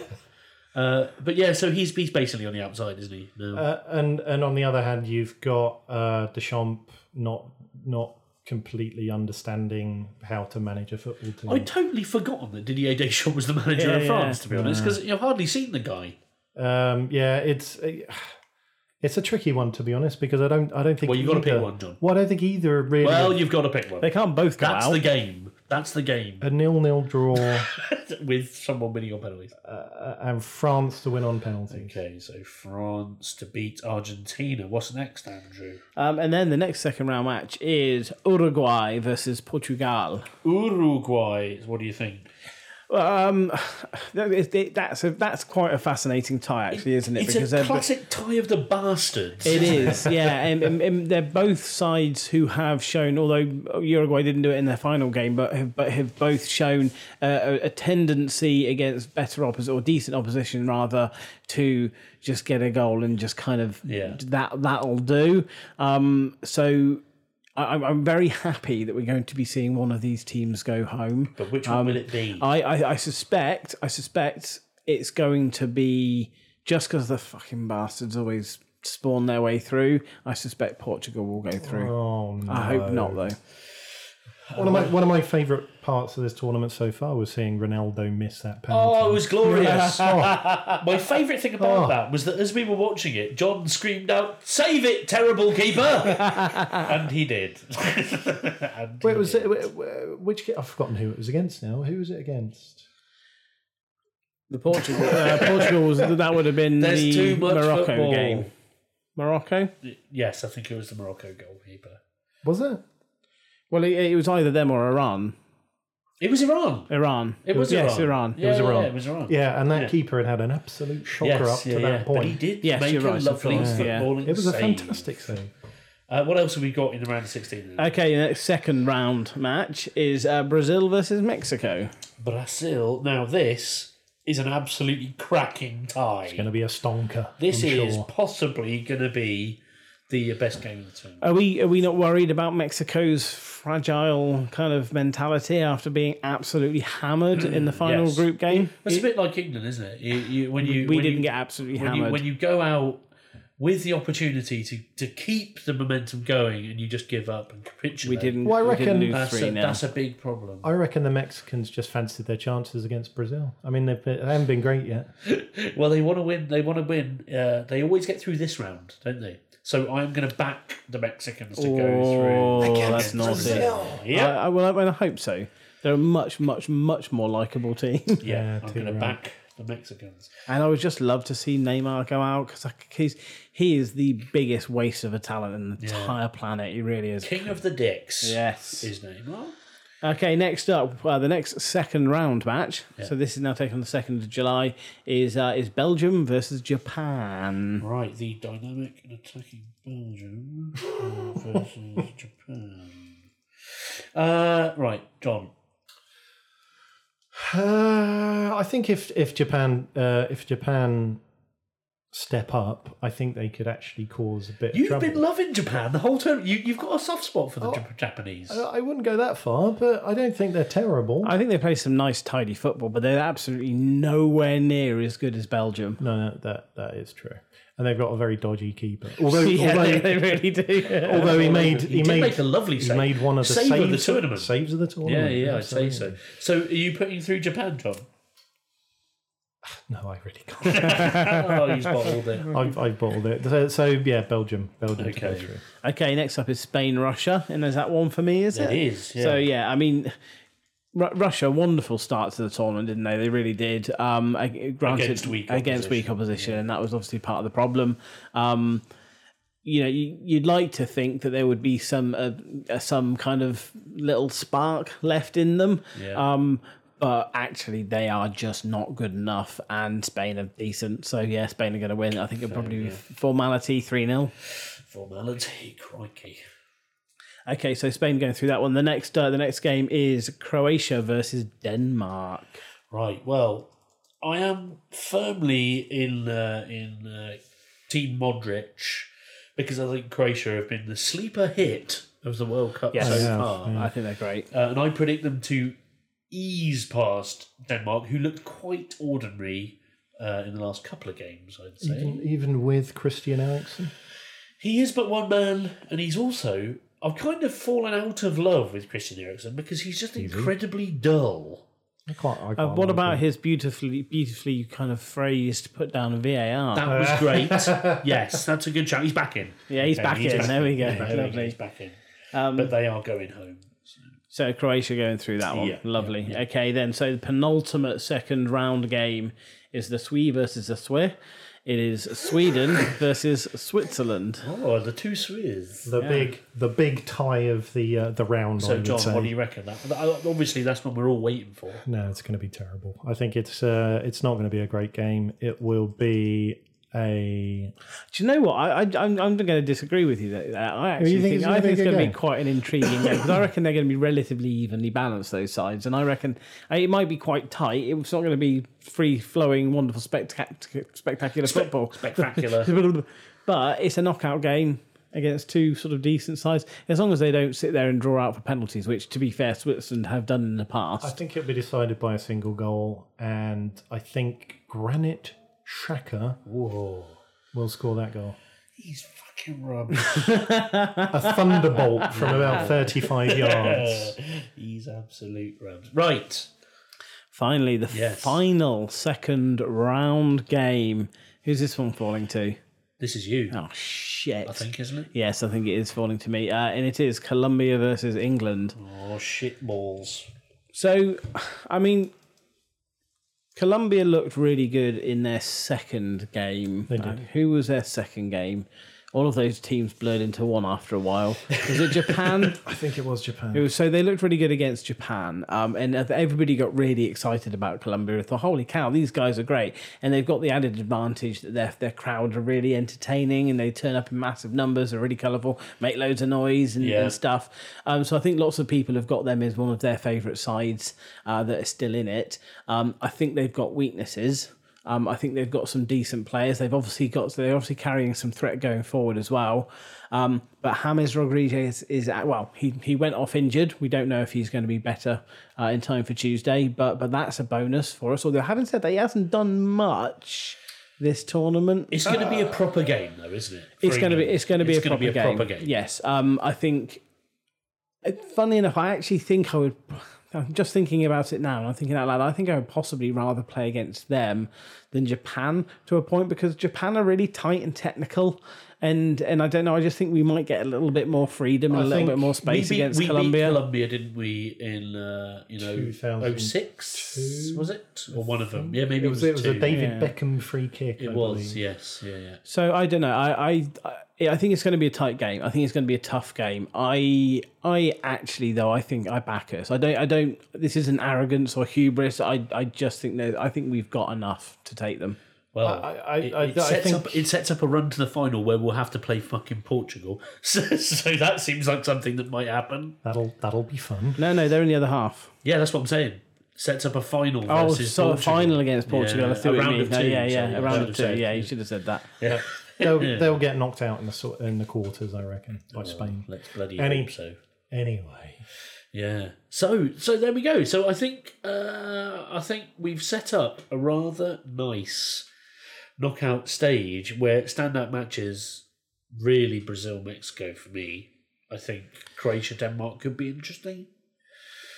[SPEAKER 1] Uh, but yeah, so he's he's basically on the outside, isn't he? No.
[SPEAKER 3] Uh, and and on the other hand, you've got uh, Deschamps not not completely understanding how to manage a football team.
[SPEAKER 1] I'd totally forgotten that Didier Deschamps was the manager
[SPEAKER 2] Yeah,
[SPEAKER 1] of
[SPEAKER 2] yeah.
[SPEAKER 1] France, to be honest, because you've hardly seen the guy.
[SPEAKER 3] Um, yeah, it's it's a tricky one to be honest because I don't I don't think
[SPEAKER 1] Well, you've gotta pick
[SPEAKER 3] either-
[SPEAKER 1] one, John.
[SPEAKER 3] Well, I don't think either really.
[SPEAKER 1] Well, you've got to pick one.
[SPEAKER 2] They can't both go
[SPEAKER 1] That's
[SPEAKER 2] out.
[SPEAKER 1] the game. That's the game
[SPEAKER 3] a nil-nil draw
[SPEAKER 1] with someone winning on penalties.
[SPEAKER 3] and France to win on penalties.
[SPEAKER 1] Okay, so France to beat Argentina. What's next, Andrew?
[SPEAKER 2] Um, and then the next second round match is Uruguay versus Portugal.
[SPEAKER 1] Uruguay. What do you think?
[SPEAKER 2] Um, that is- it- that's a, that's quite a fascinating tie, actually, isn't it?
[SPEAKER 1] It's
[SPEAKER 2] they're
[SPEAKER 1] a
[SPEAKER 2] bo-
[SPEAKER 1] classic tie of the bastards.
[SPEAKER 2] It is, yeah, and, and, and they're both sides who have shown, although Uruguay didn't do it in their final game, but have, but have both shown uh, a, a tendency against better opposition or decent opposition rather to just get a goal and just kind of
[SPEAKER 1] Yeah.
[SPEAKER 2] that that'll do. Um, so. I- I'm I'm very happy that we're going to be seeing one of these teams go home.
[SPEAKER 1] But which one will
[SPEAKER 2] Um,
[SPEAKER 1] it be?
[SPEAKER 2] I, I, I suspect, I suspect it's going to be just because the fucking bastards always spawn
[SPEAKER 1] Ah.
[SPEAKER 2] their way through. I suspect Portugal will go through.
[SPEAKER 3] Oh no!
[SPEAKER 2] I hope not, though.
[SPEAKER 3] One of my one of my favourite parts of this tournament so far was seeing Ronaldo miss that penalty.
[SPEAKER 1] Oh, it was glorious.
[SPEAKER 3] Oh.
[SPEAKER 1] My favourite thing about that was that as we were watching it, John screamed out, Save it, terrible keeper! and he did. and
[SPEAKER 3] Wait,
[SPEAKER 1] he
[SPEAKER 3] was
[SPEAKER 1] did.
[SPEAKER 3] it wh- wh- which? ga- I've forgotten who it was against now. Who was it against?
[SPEAKER 7] The Portugal.
[SPEAKER 2] Uh, Portugal was that would have been
[SPEAKER 1] There's
[SPEAKER 2] the
[SPEAKER 1] too much
[SPEAKER 2] Morocco
[SPEAKER 1] football.
[SPEAKER 2] game. Morocco.
[SPEAKER 1] Yes, I think it was the Morocco goalkeeper.
[SPEAKER 3] Was it?
[SPEAKER 2] Well, it, it was either them or Iran.
[SPEAKER 1] It was Iran.
[SPEAKER 2] Iran.
[SPEAKER 1] It was
[SPEAKER 2] yes,
[SPEAKER 1] Iran.
[SPEAKER 2] Iran.
[SPEAKER 1] Yeah,
[SPEAKER 3] was
[SPEAKER 1] yeah,
[SPEAKER 3] Iran.
[SPEAKER 1] Yeah, it was Iran.
[SPEAKER 3] Yeah, and that keeper had had an absolute shocker
[SPEAKER 1] Yes,
[SPEAKER 3] up to
[SPEAKER 1] yeah,
[SPEAKER 3] that
[SPEAKER 1] yeah. But he
[SPEAKER 3] point.
[SPEAKER 1] did
[SPEAKER 2] Yes,
[SPEAKER 1] make
[SPEAKER 2] you're
[SPEAKER 1] a
[SPEAKER 2] right, of
[SPEAKER 1] lovely
[SPEAKER 2] course, yeah.
[SPEAKER 1] footballing
[SPEAKER 3] It was a
[SPEAKER 1] save.
[SPEAKER 3] fantastic Uh, save.
[SPEAKER 1] Uh, what else have we got in the round of 16? then?
[SPEAKER 2] Okay, the next second round match is uh, Brazil versus Mexico.
[SPEAKER 1] Brazil. Now, this is an absolutely cracking
[SPEAKER 3] Going
[SPEAKER 1] tie.
[SPEAKER 3] to be a stonker.
[SPEAKER 1] This
[SPEAKER 3] I'm
[SPEAKER 1] is
[SPEAKER 3] sure.
[SPEAKER 1] possibly going to be the best game of the tournament.
[SPEAKER 2] Are we are we not worried about Mexico's fragile kind of mentality after being absolutely hammered in the final
[SPEAKER 1] Mm, Yes.
[SPEAKER 2] group game?
[SPEAKER 1] It's a bit like England, isn't it? You, you, when you
[SPEAKER 2] we
[SPEAKER 1] when
[SPEAKER 2] didn't
[SPEAKER 1] you,
[SPEAKER 2] get absolutely
[SPEAKER 1] when
[SPEAKER 2] hammered.
[SPEAKER 1] you, when you go out with the opportunity to, to keep the momentum going and you just give up and capitulate.
[SPEAKER 2] we didn't.
[SPEAKER 3] Well, I
[SPEAKER 2] we didn't
[SPEAKER 3] reckon-
[SPEAKER 2] lose
[SPEAKER 1] That's
[SPEAKER 2] three
[SPEAKER 1] a,
[SPEAKER 2] now.
[SPEAKER 1] that's a big problem.
[SPEAKER 3] I reckon the Mexicans just fancied their chances against Brazil. I mean, they've been, they haven't been great yet.
[SPEAKER 1] Well, they want to win. They want to win. Uh, they always get through this round, don't they? So I'm going to back the Mexicans to go
[SPEAKER 2] Oh, that's naughty.
[SPEAKER 1] through. Yeah,
[SPEAKER 2] I, I, well, I, well, I hope so. They're a much, much, much more likable team.
[SPEAKER 1] yeah.
[SPEAKER 3] Yeah,
[SPEAKER 1] I'm
[SPEAKER 3] too
[SPEAKER 1] going to
[SPEAKER 3] right.
[SPEAKER 1] back the Mexicans.
[SPEAKER 2] and I would just love to see Neymar go out because he's he is the biggest waste of a talent in the entire planet. He really is.
[SPEAKER 1] King of the Dicks.
[SPEAKER 2] Yes.
[SPEAKER 1] Is Neymar.
[SPEAKER 2] Okay, next up, uh, the next second round match. So this is now taken on the second of July. Is uh, is Belgium versus Japan?
[SPEAKER 1] Right, the dynamic and attacking Belgium versus Japan. Uh, right, John.
[SPEAKER 3] Uh, I think if if Japan uh, if Japan step up, I think they could actually cause a bit
[SPEAKER 1] You've
[SPEAKER 3] of trouble.
[SPEAKER 1] been loving Japan the whole time. You, you've got a soft spot
[SPEAKER 3] Oh.
[SPEAKER 1] for the Jap- Japanese.
[SPEAKER 3] Uh, I wouldn't go that far, but I don't think they're terrible.
[SPEAKER 2] I think they play some nice, tidy football, but they're absolutely nowhere near as good as Belgium.
[SPEAKER 3] no, no, that that is true. And they've got a very dodgy keeper. Although,
[SPEAKER 2] Yeah, they,
[SPEAKER 3] although,
[SPEAKER 2] they really do.
[SPEAKER 3] although he made he,
[SPEAKER 1] he did
[SPEAKER 3] made
[SPEAKER 1] make a lovely
[SPEAKER 3] he
[SPEAKER 1] save.
[SPEAKER 3] made one of the
[SPEAKER 1] Save
[SPEAKER 3] saves
[SPEAKER 1] of the tournament.
[SPEAKER 3] Saves of the tournament.
[SPEAKER 1] yeah, yeah, I'd say so.
[SPEAKER 3] absolutely.
[SPEAKER 1] So, are you putting through Japan, John?
[SPEAKER 3] No, I really can't.
[SPEAKER 1] Oh, he's bottled it.
[SPEAKER 3] I've, I've bottled it. So, so yeah, Belgium, Belgium. to go
[SPEAKER 1] Okay.
[SPEAKER 3] through.
[SPEAKER 2] Okay, next up is Spain, Russia, and is that one for me? Is it?
[SPEAKER 1] It is. Yeah.
[SPEAKER 2] So yeah, I mean, Ru- Russia wonderful start to the tournament, didn't they? They really did. Um, ag- granted,
[SPEAKER 1] Against weak
[SPEAKER 2] against weak opposition, and that was obviously part of the problem. Um, you know, you, you'd like to think that there would be some uh, uh, some kind of little spark left in them.
[SPEAKER 1] Yeah.
[SPEAKER 2] Um, but actually, they are just not good enough, and Spain are decent. So yeah, Spain are going to win. I think it'll probably be formality three 0
[SPEAKER 1] Formality, crikey.
[SPEAKER 2] Okay, so Spain going through that one. The next uh, the next game is Croatia versus Denmark.
[SPEAKER 1] Right. Well, I am firmly in uh, in uh, Team Modric because I think Croatia have been the sleeper hit of the World Cup
[SPEAKER 2] Yes.
[SPEAKER 1] so
[SPEAKER 2] They have,
[SPEAKER 1] far,
[SPEAKER 2] I think they're great.
[SPEAKER 1] uh, and I predict them to ease past Denmark, who looked quite ordinary. Uh, in the last couple of games, I'd say
[SPEAKER 3] Even, even with Christian Eriksen.
[SPEAKER 1] he is but one man, and he's also I've kind of fallen out of love with Christian Eriksen because he's just incredibly dull.
[SPEAKER 3] I can't. I
[SPEAKER 2] Uh,
[SPEAKER 3] can't
[SPEAKER 2] what
[SPEAKER 3] like
[SPEAKER 2] about
[SPEAKER 3] it.
[SPEAKER 2] his beautifully beautifully kind of phrased put down VAR?
[SPEAKER 1] That was great. yes, that's a good shout. He's back in.
[SPEAKER 2] Uh, yeah, he's
[SPEAKER 1] Okay,
[SPEAKER 2] back in. There we go.
[SPEAKER 1] Yeah, there we go. He's
[SPEAKER 2] Lovely.
[SPEAKER 1] back in.
[SPEAKER 2] Um,
[SPEAKER 1] But they are going home.
[SPEAKER 2] so Croatia going through that one.
[SPEAKER 1] Yeah,
[SPEAKER 2] Lovely. Okay, then so the penultimate second round game is the Swede versus the Swe. It is Sweden versus Switzerland.
[SPEAKER 1] Oh, the two Swiss.
[SPEAKER 3] the big the big tie of the uh, the round? I
[SPEAKER 1] So,
[SPEAKER 3] would
[SPEAKER 1] John,
[SPEAKER 3] say.
[SPEAKER 1] what do you reckon? That that- obviously that's what we're all waiting for.
[SPEAKER 3] No, it's going to be terrible. I think it's uh, it's not going to be a great game. It will be a.
[SPEAKER 2] Do you know what? I, I, I'm, I'm going to disagree with you. There. I actually
[SPEAKER 3] you think
[SPEAKER 2] think,
[SPEAKER 3] it's
[SPEAKER 2] I
[SPEAKER 3] gonna be
[SPEAKER 2] think
[SPEAKER 3] a
[SPEAKER 2] it's
[SPEAKER 3] good
[SPEAKER 2] going to be
[SPEAKER 3] game?
[SPEAKER 2] quite an intriguing game because I reckon they're going to be relatively evenly balanced those sides, and I reckon I- it might be quite tight. It's not going to be free flowing, wonderful, spectac- spectacular football,
[SPEAKER 1] Spectacular.
[SPEAKER 2] but it's a knockout game against two sort of decent sides. As long as they don't sit there and draw out for penalties, which to be fair, Switzerland have done in the
[SPEAKER 3] I
[SPEAKER 2] past.
[SPEAKER 3] think it'll be decided by a single goal, and I think Granite Shaka
[SPEAKER 1] Whoa.
[SPEAKER 3] will score that goal.
[SPEAKER 1] He's fucking rubbish.
[SPEAKER 3] A thunderbolt from about 35 yards.
[SPEAKER 1] He's absolute rubbish. Right.
[SPEAKER 2] Finally, the
[SPEAKER 1] Yes.
[SPEAKER 2] final second round game. Who's this one falling to?
[SPEAKER 1] This is you,
[SPEAKER 2] Oh shit!
[SPEAKER 1] I think, isn't it?
[SPEAKER 2] Yes, I think it is falling to me, uh, and it is Colombia versus England.
[SPEAKER 1] Oh, shit balls.
[SPEAKER 2] So, I mean, Colombia looked really good in their second game. They did. Who was their second game? All of those teams blurred into one after a while. Was it Japan?
[SPEAKER 3] I think it was Japan.
[SPEAKER 2] It was- so they looked really good against Japan, um, and everybody got really excited about Colombia. I thought, "Holy cow, these guys are great!" And they've got the added advantage that their their crowd are really entertaining, and they turn up in massive numbers, are really colourful, make loads of noise and,
[SPEAKER 1] Yeah.
[SPEAKER 2] and stuff. Um, so I think lots of people have got them as one of their favourite sides uh, that are still in it. Um, I think they've got weaknesses. Um, I think they've got some decent players. They've obviously got they're obviously carrying some threat going forward as well. Um, but James Rodriguez is at, well, he he went off injured. We don't know if he's going to be better uh, in time for Tuesday, but but that's a bonus for us. Although having said that, he hasn't done much this tournament.
[SPEAKER 1] It's going to be a proper game, though, isn't it?
[SPEAKER 2] It's going to be it's going to be, a,
[SPEAKER 1] Ah. gonna
[SPEAKER 2] proper game. Yes, um, I think. uh, Funnily enough, I actually think I would. I'm just thinking about it now, and I'm thinking out loud. I think I would possibly rather play against them than Japan to a point because Japan are really tight and technical, and and I don't know. I just think we might get a little bit more freedom and a little
[SPEAKER 3] think
[SPEAKER 2] bit more space
[SPEAKER 1] we beat,
[SPEAKER 2] against
[SPEAKER 1] we beat
[SPEAKER 2] Colombia.
[SPEAKER 1] Colombia, didn't we? In uh, you know,
[SPEAKER 3] 2002?
[SPEAKER 1] 06, was it or one of them? Yeah, maybe
[SPEAKER 3] It was, it was a
[SPEAKER 1] two.
[SPEAKER 3] David Beckham free kick. I
[SPEAKER 1] It was
[SPEAKER 3] believe.
[SPEAKER 1] yes, yeah, yeah.
[SPEAKER 2] So I don't know. I I I- I think it's going to be a tight game. I think it's going to be a tough game. I I actually though I think I back us. I don't I don't. This isn't arrogance or hubris. I I just think that I think we've got enough to take them.
[SPEAKER 1] Well,
[SPEAKER 3] I- I-
[SPEAKER 1] it,
[SPEAKER 3] I-
[SPEAKER 1] it
[SPEAKER 3] I
[SPEAKER 1] sets
[SPEAKER 3] think-
[SPEAKER 1] up it sets up a run to the final where we'll have to play fucking Portugal. So, so that seems like something that might happen.
[SPEAKER 3] That'll, that'll be fun.
[SPEAKER 2] No, no, they're in the other half.
[SPEAKER 1] Yeah, that's what I'm saying. Sets up a final.
[SPEAKER 2] Oh,
[SPEAKER 1] versus
[SPEAKER 2] so a
[SPEAKER 1] Portugal.
[SPEAKER 2] final against Portugal.
[SPEAKER 1] Yeah,
[SPEAKER 2] I see
[SPEAKER 1] a
[SPEAKER 2] what you
[SPEAKER 1] round
[SPEAKER 2] mean.
[SPEAKER 1] of
[SPEAKER 2] No,
[SPEAKER 1] two,
[SPEAKER 2] yeah,
[SPEAKER 1] so
[SPEAKER 2] yeah, a round
[SPEAKER 1] I
[SPEAKER 2] of
[SPEAKER 1] should
[SPEAKER 2] two.
[SPEAKER 1] say.
[SPEAKER 2] Yeah, you should have said that.
[SPEAKER 1] yeah.
[SPEAKER 3] They'll, they'll get knocked out in the, sor- in the quarters, I reckon, by Spain.
[SPEAKER 1] Let's bloody
[SPEAKER 3] Any-
[SPEAKER 1] hope so.
[SPEAKER 3] Anyway.
[SPEAKER 1] Yeah. So so there we go. So I think uh, I think we've set up a rather nice knockout stage where standout matches really Brazil Mexico for me. I think Croatia Denmark could be interesting.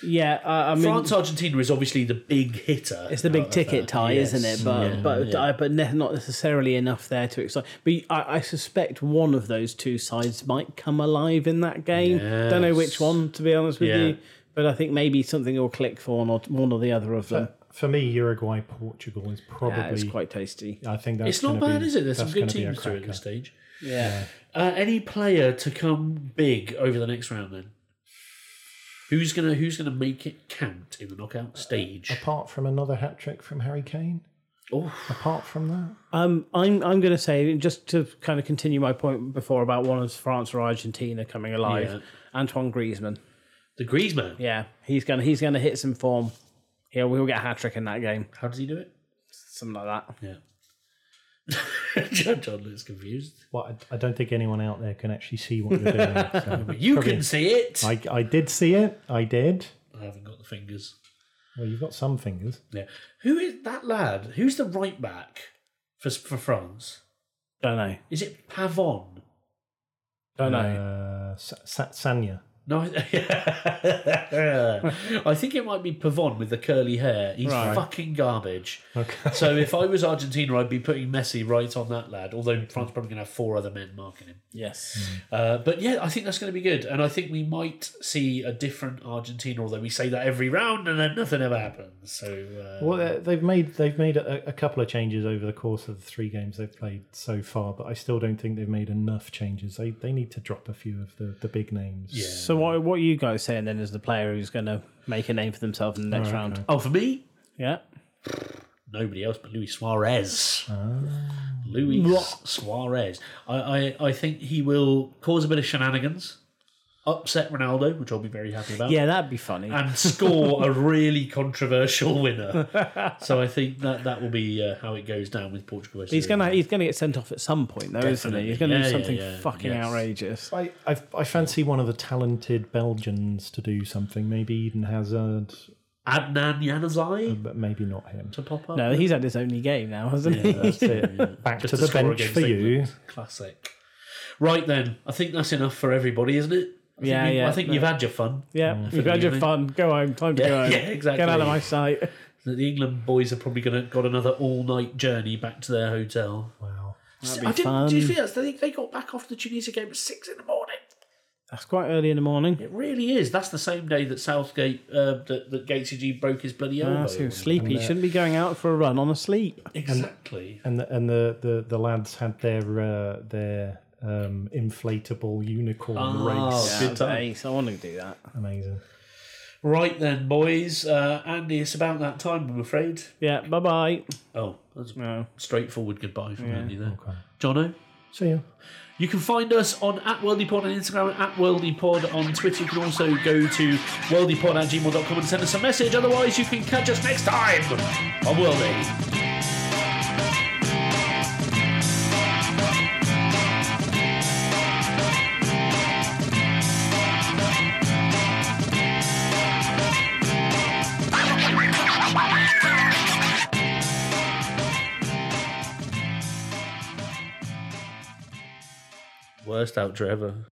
[SPEAKER 2] Yeah, I I mean,
[SPEAKER 1] France Argentina is obviously the big hitter.
[SPEAKER 2] It's the big
[SPEAKER 1] out of
[SPEAKER 2] ticket
[SPEAKER 1] Oh, that.
[SPEAKER 2] tie, isn't
[SPEAKER 1] Yes.
[SPEAKER 2] it? But
[SPEAKER 1] Yeah,
[SPEAKER 2] but
[SPEAKER 1] yeah.
[SPEAKER 2] I, but ne- not necessarily enough there to excite. But I, I suspect one of those two sides might come alive in that game. Don't know which
[SPEAKER 1] Yes.
[SPEAKER 2] one, to be honest with
[SPEAKER 1] Yeah.
[SPEAKER 2] you. But I think maybe something will click for one or one or the other of them.
[SPEAKER 3] For me, Uruguay Portugal is probably.
[SPEAKER 2] Yeah, it's quite tasty.
[SPEAKER 3] I think that's
[SPEAKER 1] it's not
[SPEAKER 3] gonna
[SPEAKER 1] bad,
[SPEAKER 3] be-
[SPEAKER 1] is it? There's some good
[SPEAKER 3] that's gonna be a
[SPEAKER 1] teams through at
[SPEAKER 3] cracker.
[SPEAKER 1] this stage.
[SPEAKER 2] Yeah.
[SPEAKER 1] Uh, any player to come big over the next round then? Who's gonna Who's gonna make it count in the knockout stage?
[SPEAKER 3] Apart from another hat trick from Harry Kane.
[SPEAKER 1] Oh,
[SPEAKER 3] Uh, Apart from that,
[SPEAKER 2] Um, I'm I'm going to say just to kind of continue my point before about one of France or Argentina coming alive.
[SPEAKER 1] Yeah.
[SPEAKER 2] Antoine Griezmann.
[SPEAKER 1] the Griezmann.
[SPEAKER 2] Yeah, he's gonna he's gonna hit some form. Yeah, we'll get a hat trick in that game.
[SPEAKER 1] How does he do it?
[SPEAKER 2] Something like that.
[SPEAKER 1] Yeah. John, John looks confused.
[SPEAKER 3] well, I, I don't think anyone out there can actually see what you're doing. so.
[SPEAKER 1] But you can see it. I,
[SPEAKER 3] I, I did see it. I did.
[SPEAKER 1] haven't got the fingers.
[SPEAKER 3] Well, you've got some fingers.
[SPEAKER 1] Yeah. Who is that lad? Who's the right back for for France?
[SPEAKER 2] Don't know.
[SPEAKER 1] Is it Pavon?
[SPEAKER 2] Don't know.
[SPEAKER 3] Uh, Sa- Sa- Sanya.
[SPEAKER 1] No, I, I think it might be Pavon with the curly hair. He's
[SPEAKER 2] Right.
[SPEAKER 1] fucking garbage.
[SPEAKER 3] Okay.
[SPEAKER 1] So if I was Argentina, I'd be putting Messi right on that lad. Although France probably going to have four other men marking him.
[SPEAKER 2] Yes.
[SPEAKER 1] Uh, but yeah, I think that's going to be good, and I think we might see a different Argentina. Although we say that every round, and then nothing ever happens. So uh,
[SPEAKER 3] Well, they- they've made they've made a, a couple of changes over the course of the three games they've played so far, but I still don't think they've made enough changes. They they need to drop a few of the, the big names.
[SPEAKER 1] yeah.
[SPEAKER 2] So what what are you guys saying then is the player who's going to make a name for themselves in the next round?
[SPEAKER 1] oh, for me,
[SPEAKER 2] Yeah.
[SPEAKER 1] nobody else but Luis Suarez.
[SPEAKER 2] Ah.
[SPEAKER 1] Luis Suarez. I, I, I think he will cause a bit of shenanigans, upset Ronaldo, which I'll be very happy about.
[SPEAKER 2] Yeah, that'd be funny.
[SPEAKER 1] And score a really controversial winner. so I think that that will be uh, how it goes down with Portugal. versus
[SPEAKER 2] he's going to
[SPEAKER 1] England.
[SPEAKER 2] he's going to get sent off at some point though, isn't he? He's going
[SPEAKER 1] Definitely.
[SPEAKER 2] to do
[SPEAKER 1] Yeah,
[SPEAKER 2] something
[SPEAKER 1] yeah, yeah.
[SPEAKER 2] fucking
[SPEAKER 1] Yes.
[SPEAKER 2] outrageous.
[SPEAKER 3] I, I I fancy one of the talented Belgians to do something. Maybe Eden Hazard,
[SPEAKER 1] Adnan
[SPEAKER 2] Um,
[SPEAKER 1] Yanazai
[SPEAKER 3] but maybe not him.
[SPEAKER 1] to pop up.
[SPEAKER 2] No, he's had his only game now, hasn't he?
[SPEAKER 3] That's it. Back
[SPEAKER 1] Just
[SPEAKER 3] to
[SPEAKER 1] to
[SPEAKER 3] the
[SPEAKER 1] score
[SPEAKER 3] bench
[SPEAKER 1] against
[SPEAKER 3] for you.
[SPEAKER 1] England. Classic. Right then, I think that's enough for everybody, isn't it? I
[SPEAKER 2] Yeah,
[SPEAKER 1] think you-
[SPEAKER 2] yeah.
[SPEAKER 1] I think you've had your fun.
[SPEAKER 2] Yeah, we've had your fun. Go home. Time to
[SPEAKER 1] Yeah,
[SPEAKER 2] go home.
[SPEAKER 1] yeah, exactly.
[SPEAKER 2] Get out of my sight.
[SPEAKER 1] The the England boys are probably going to got another all night journey back to their hotel.
[SPEAKER 3] Wow.
[SPEAKER 1] I didn't, Do you feel they, they got back off the Tunisia game at six in the morning?
[SPEAKER 2] That's quite early in the morning.
[SPEAKER 1] It really is. That's the same day that Southgate, uh, that, that Gatesy G broke his bloody elbow.
[SPEAKER 2] Ah, so you're sleepy. You shouldn't be going out for a run on a sleep.
[SPEAKER 1] exactly.
[SPEAKER 3] And the, and the, the, the lads had their uh, their um, inflatable unicorn
[SPEAKER 1] Oh,
[SPEAKER 3] race.
[SPEAKER 1] good time.
[SPEAKER 2] Ace, I want to do that.
[SPEAKER 3] Amazing.
[SPEAKER 1] Right then, boys. Uh, Andy, it's about that time, I'm afraid.
[SPEAKER 2] Yeah, bye bye.
[SPEAKER 1] Oh, that's a
[SPEAKER 2] No.
[SPEAKER 1] straightforward goodbye from Andy there. Jono?
[SPEAKER 3] So yeah.
[SPEAKER 1] You can find us on at WorldyPod on Instagram, at WorldyPod on Twitter. You can also go to worldypod at gmail.com and send us a message. Otherwise, you can catch us next time on Worldy. Worst outro ever.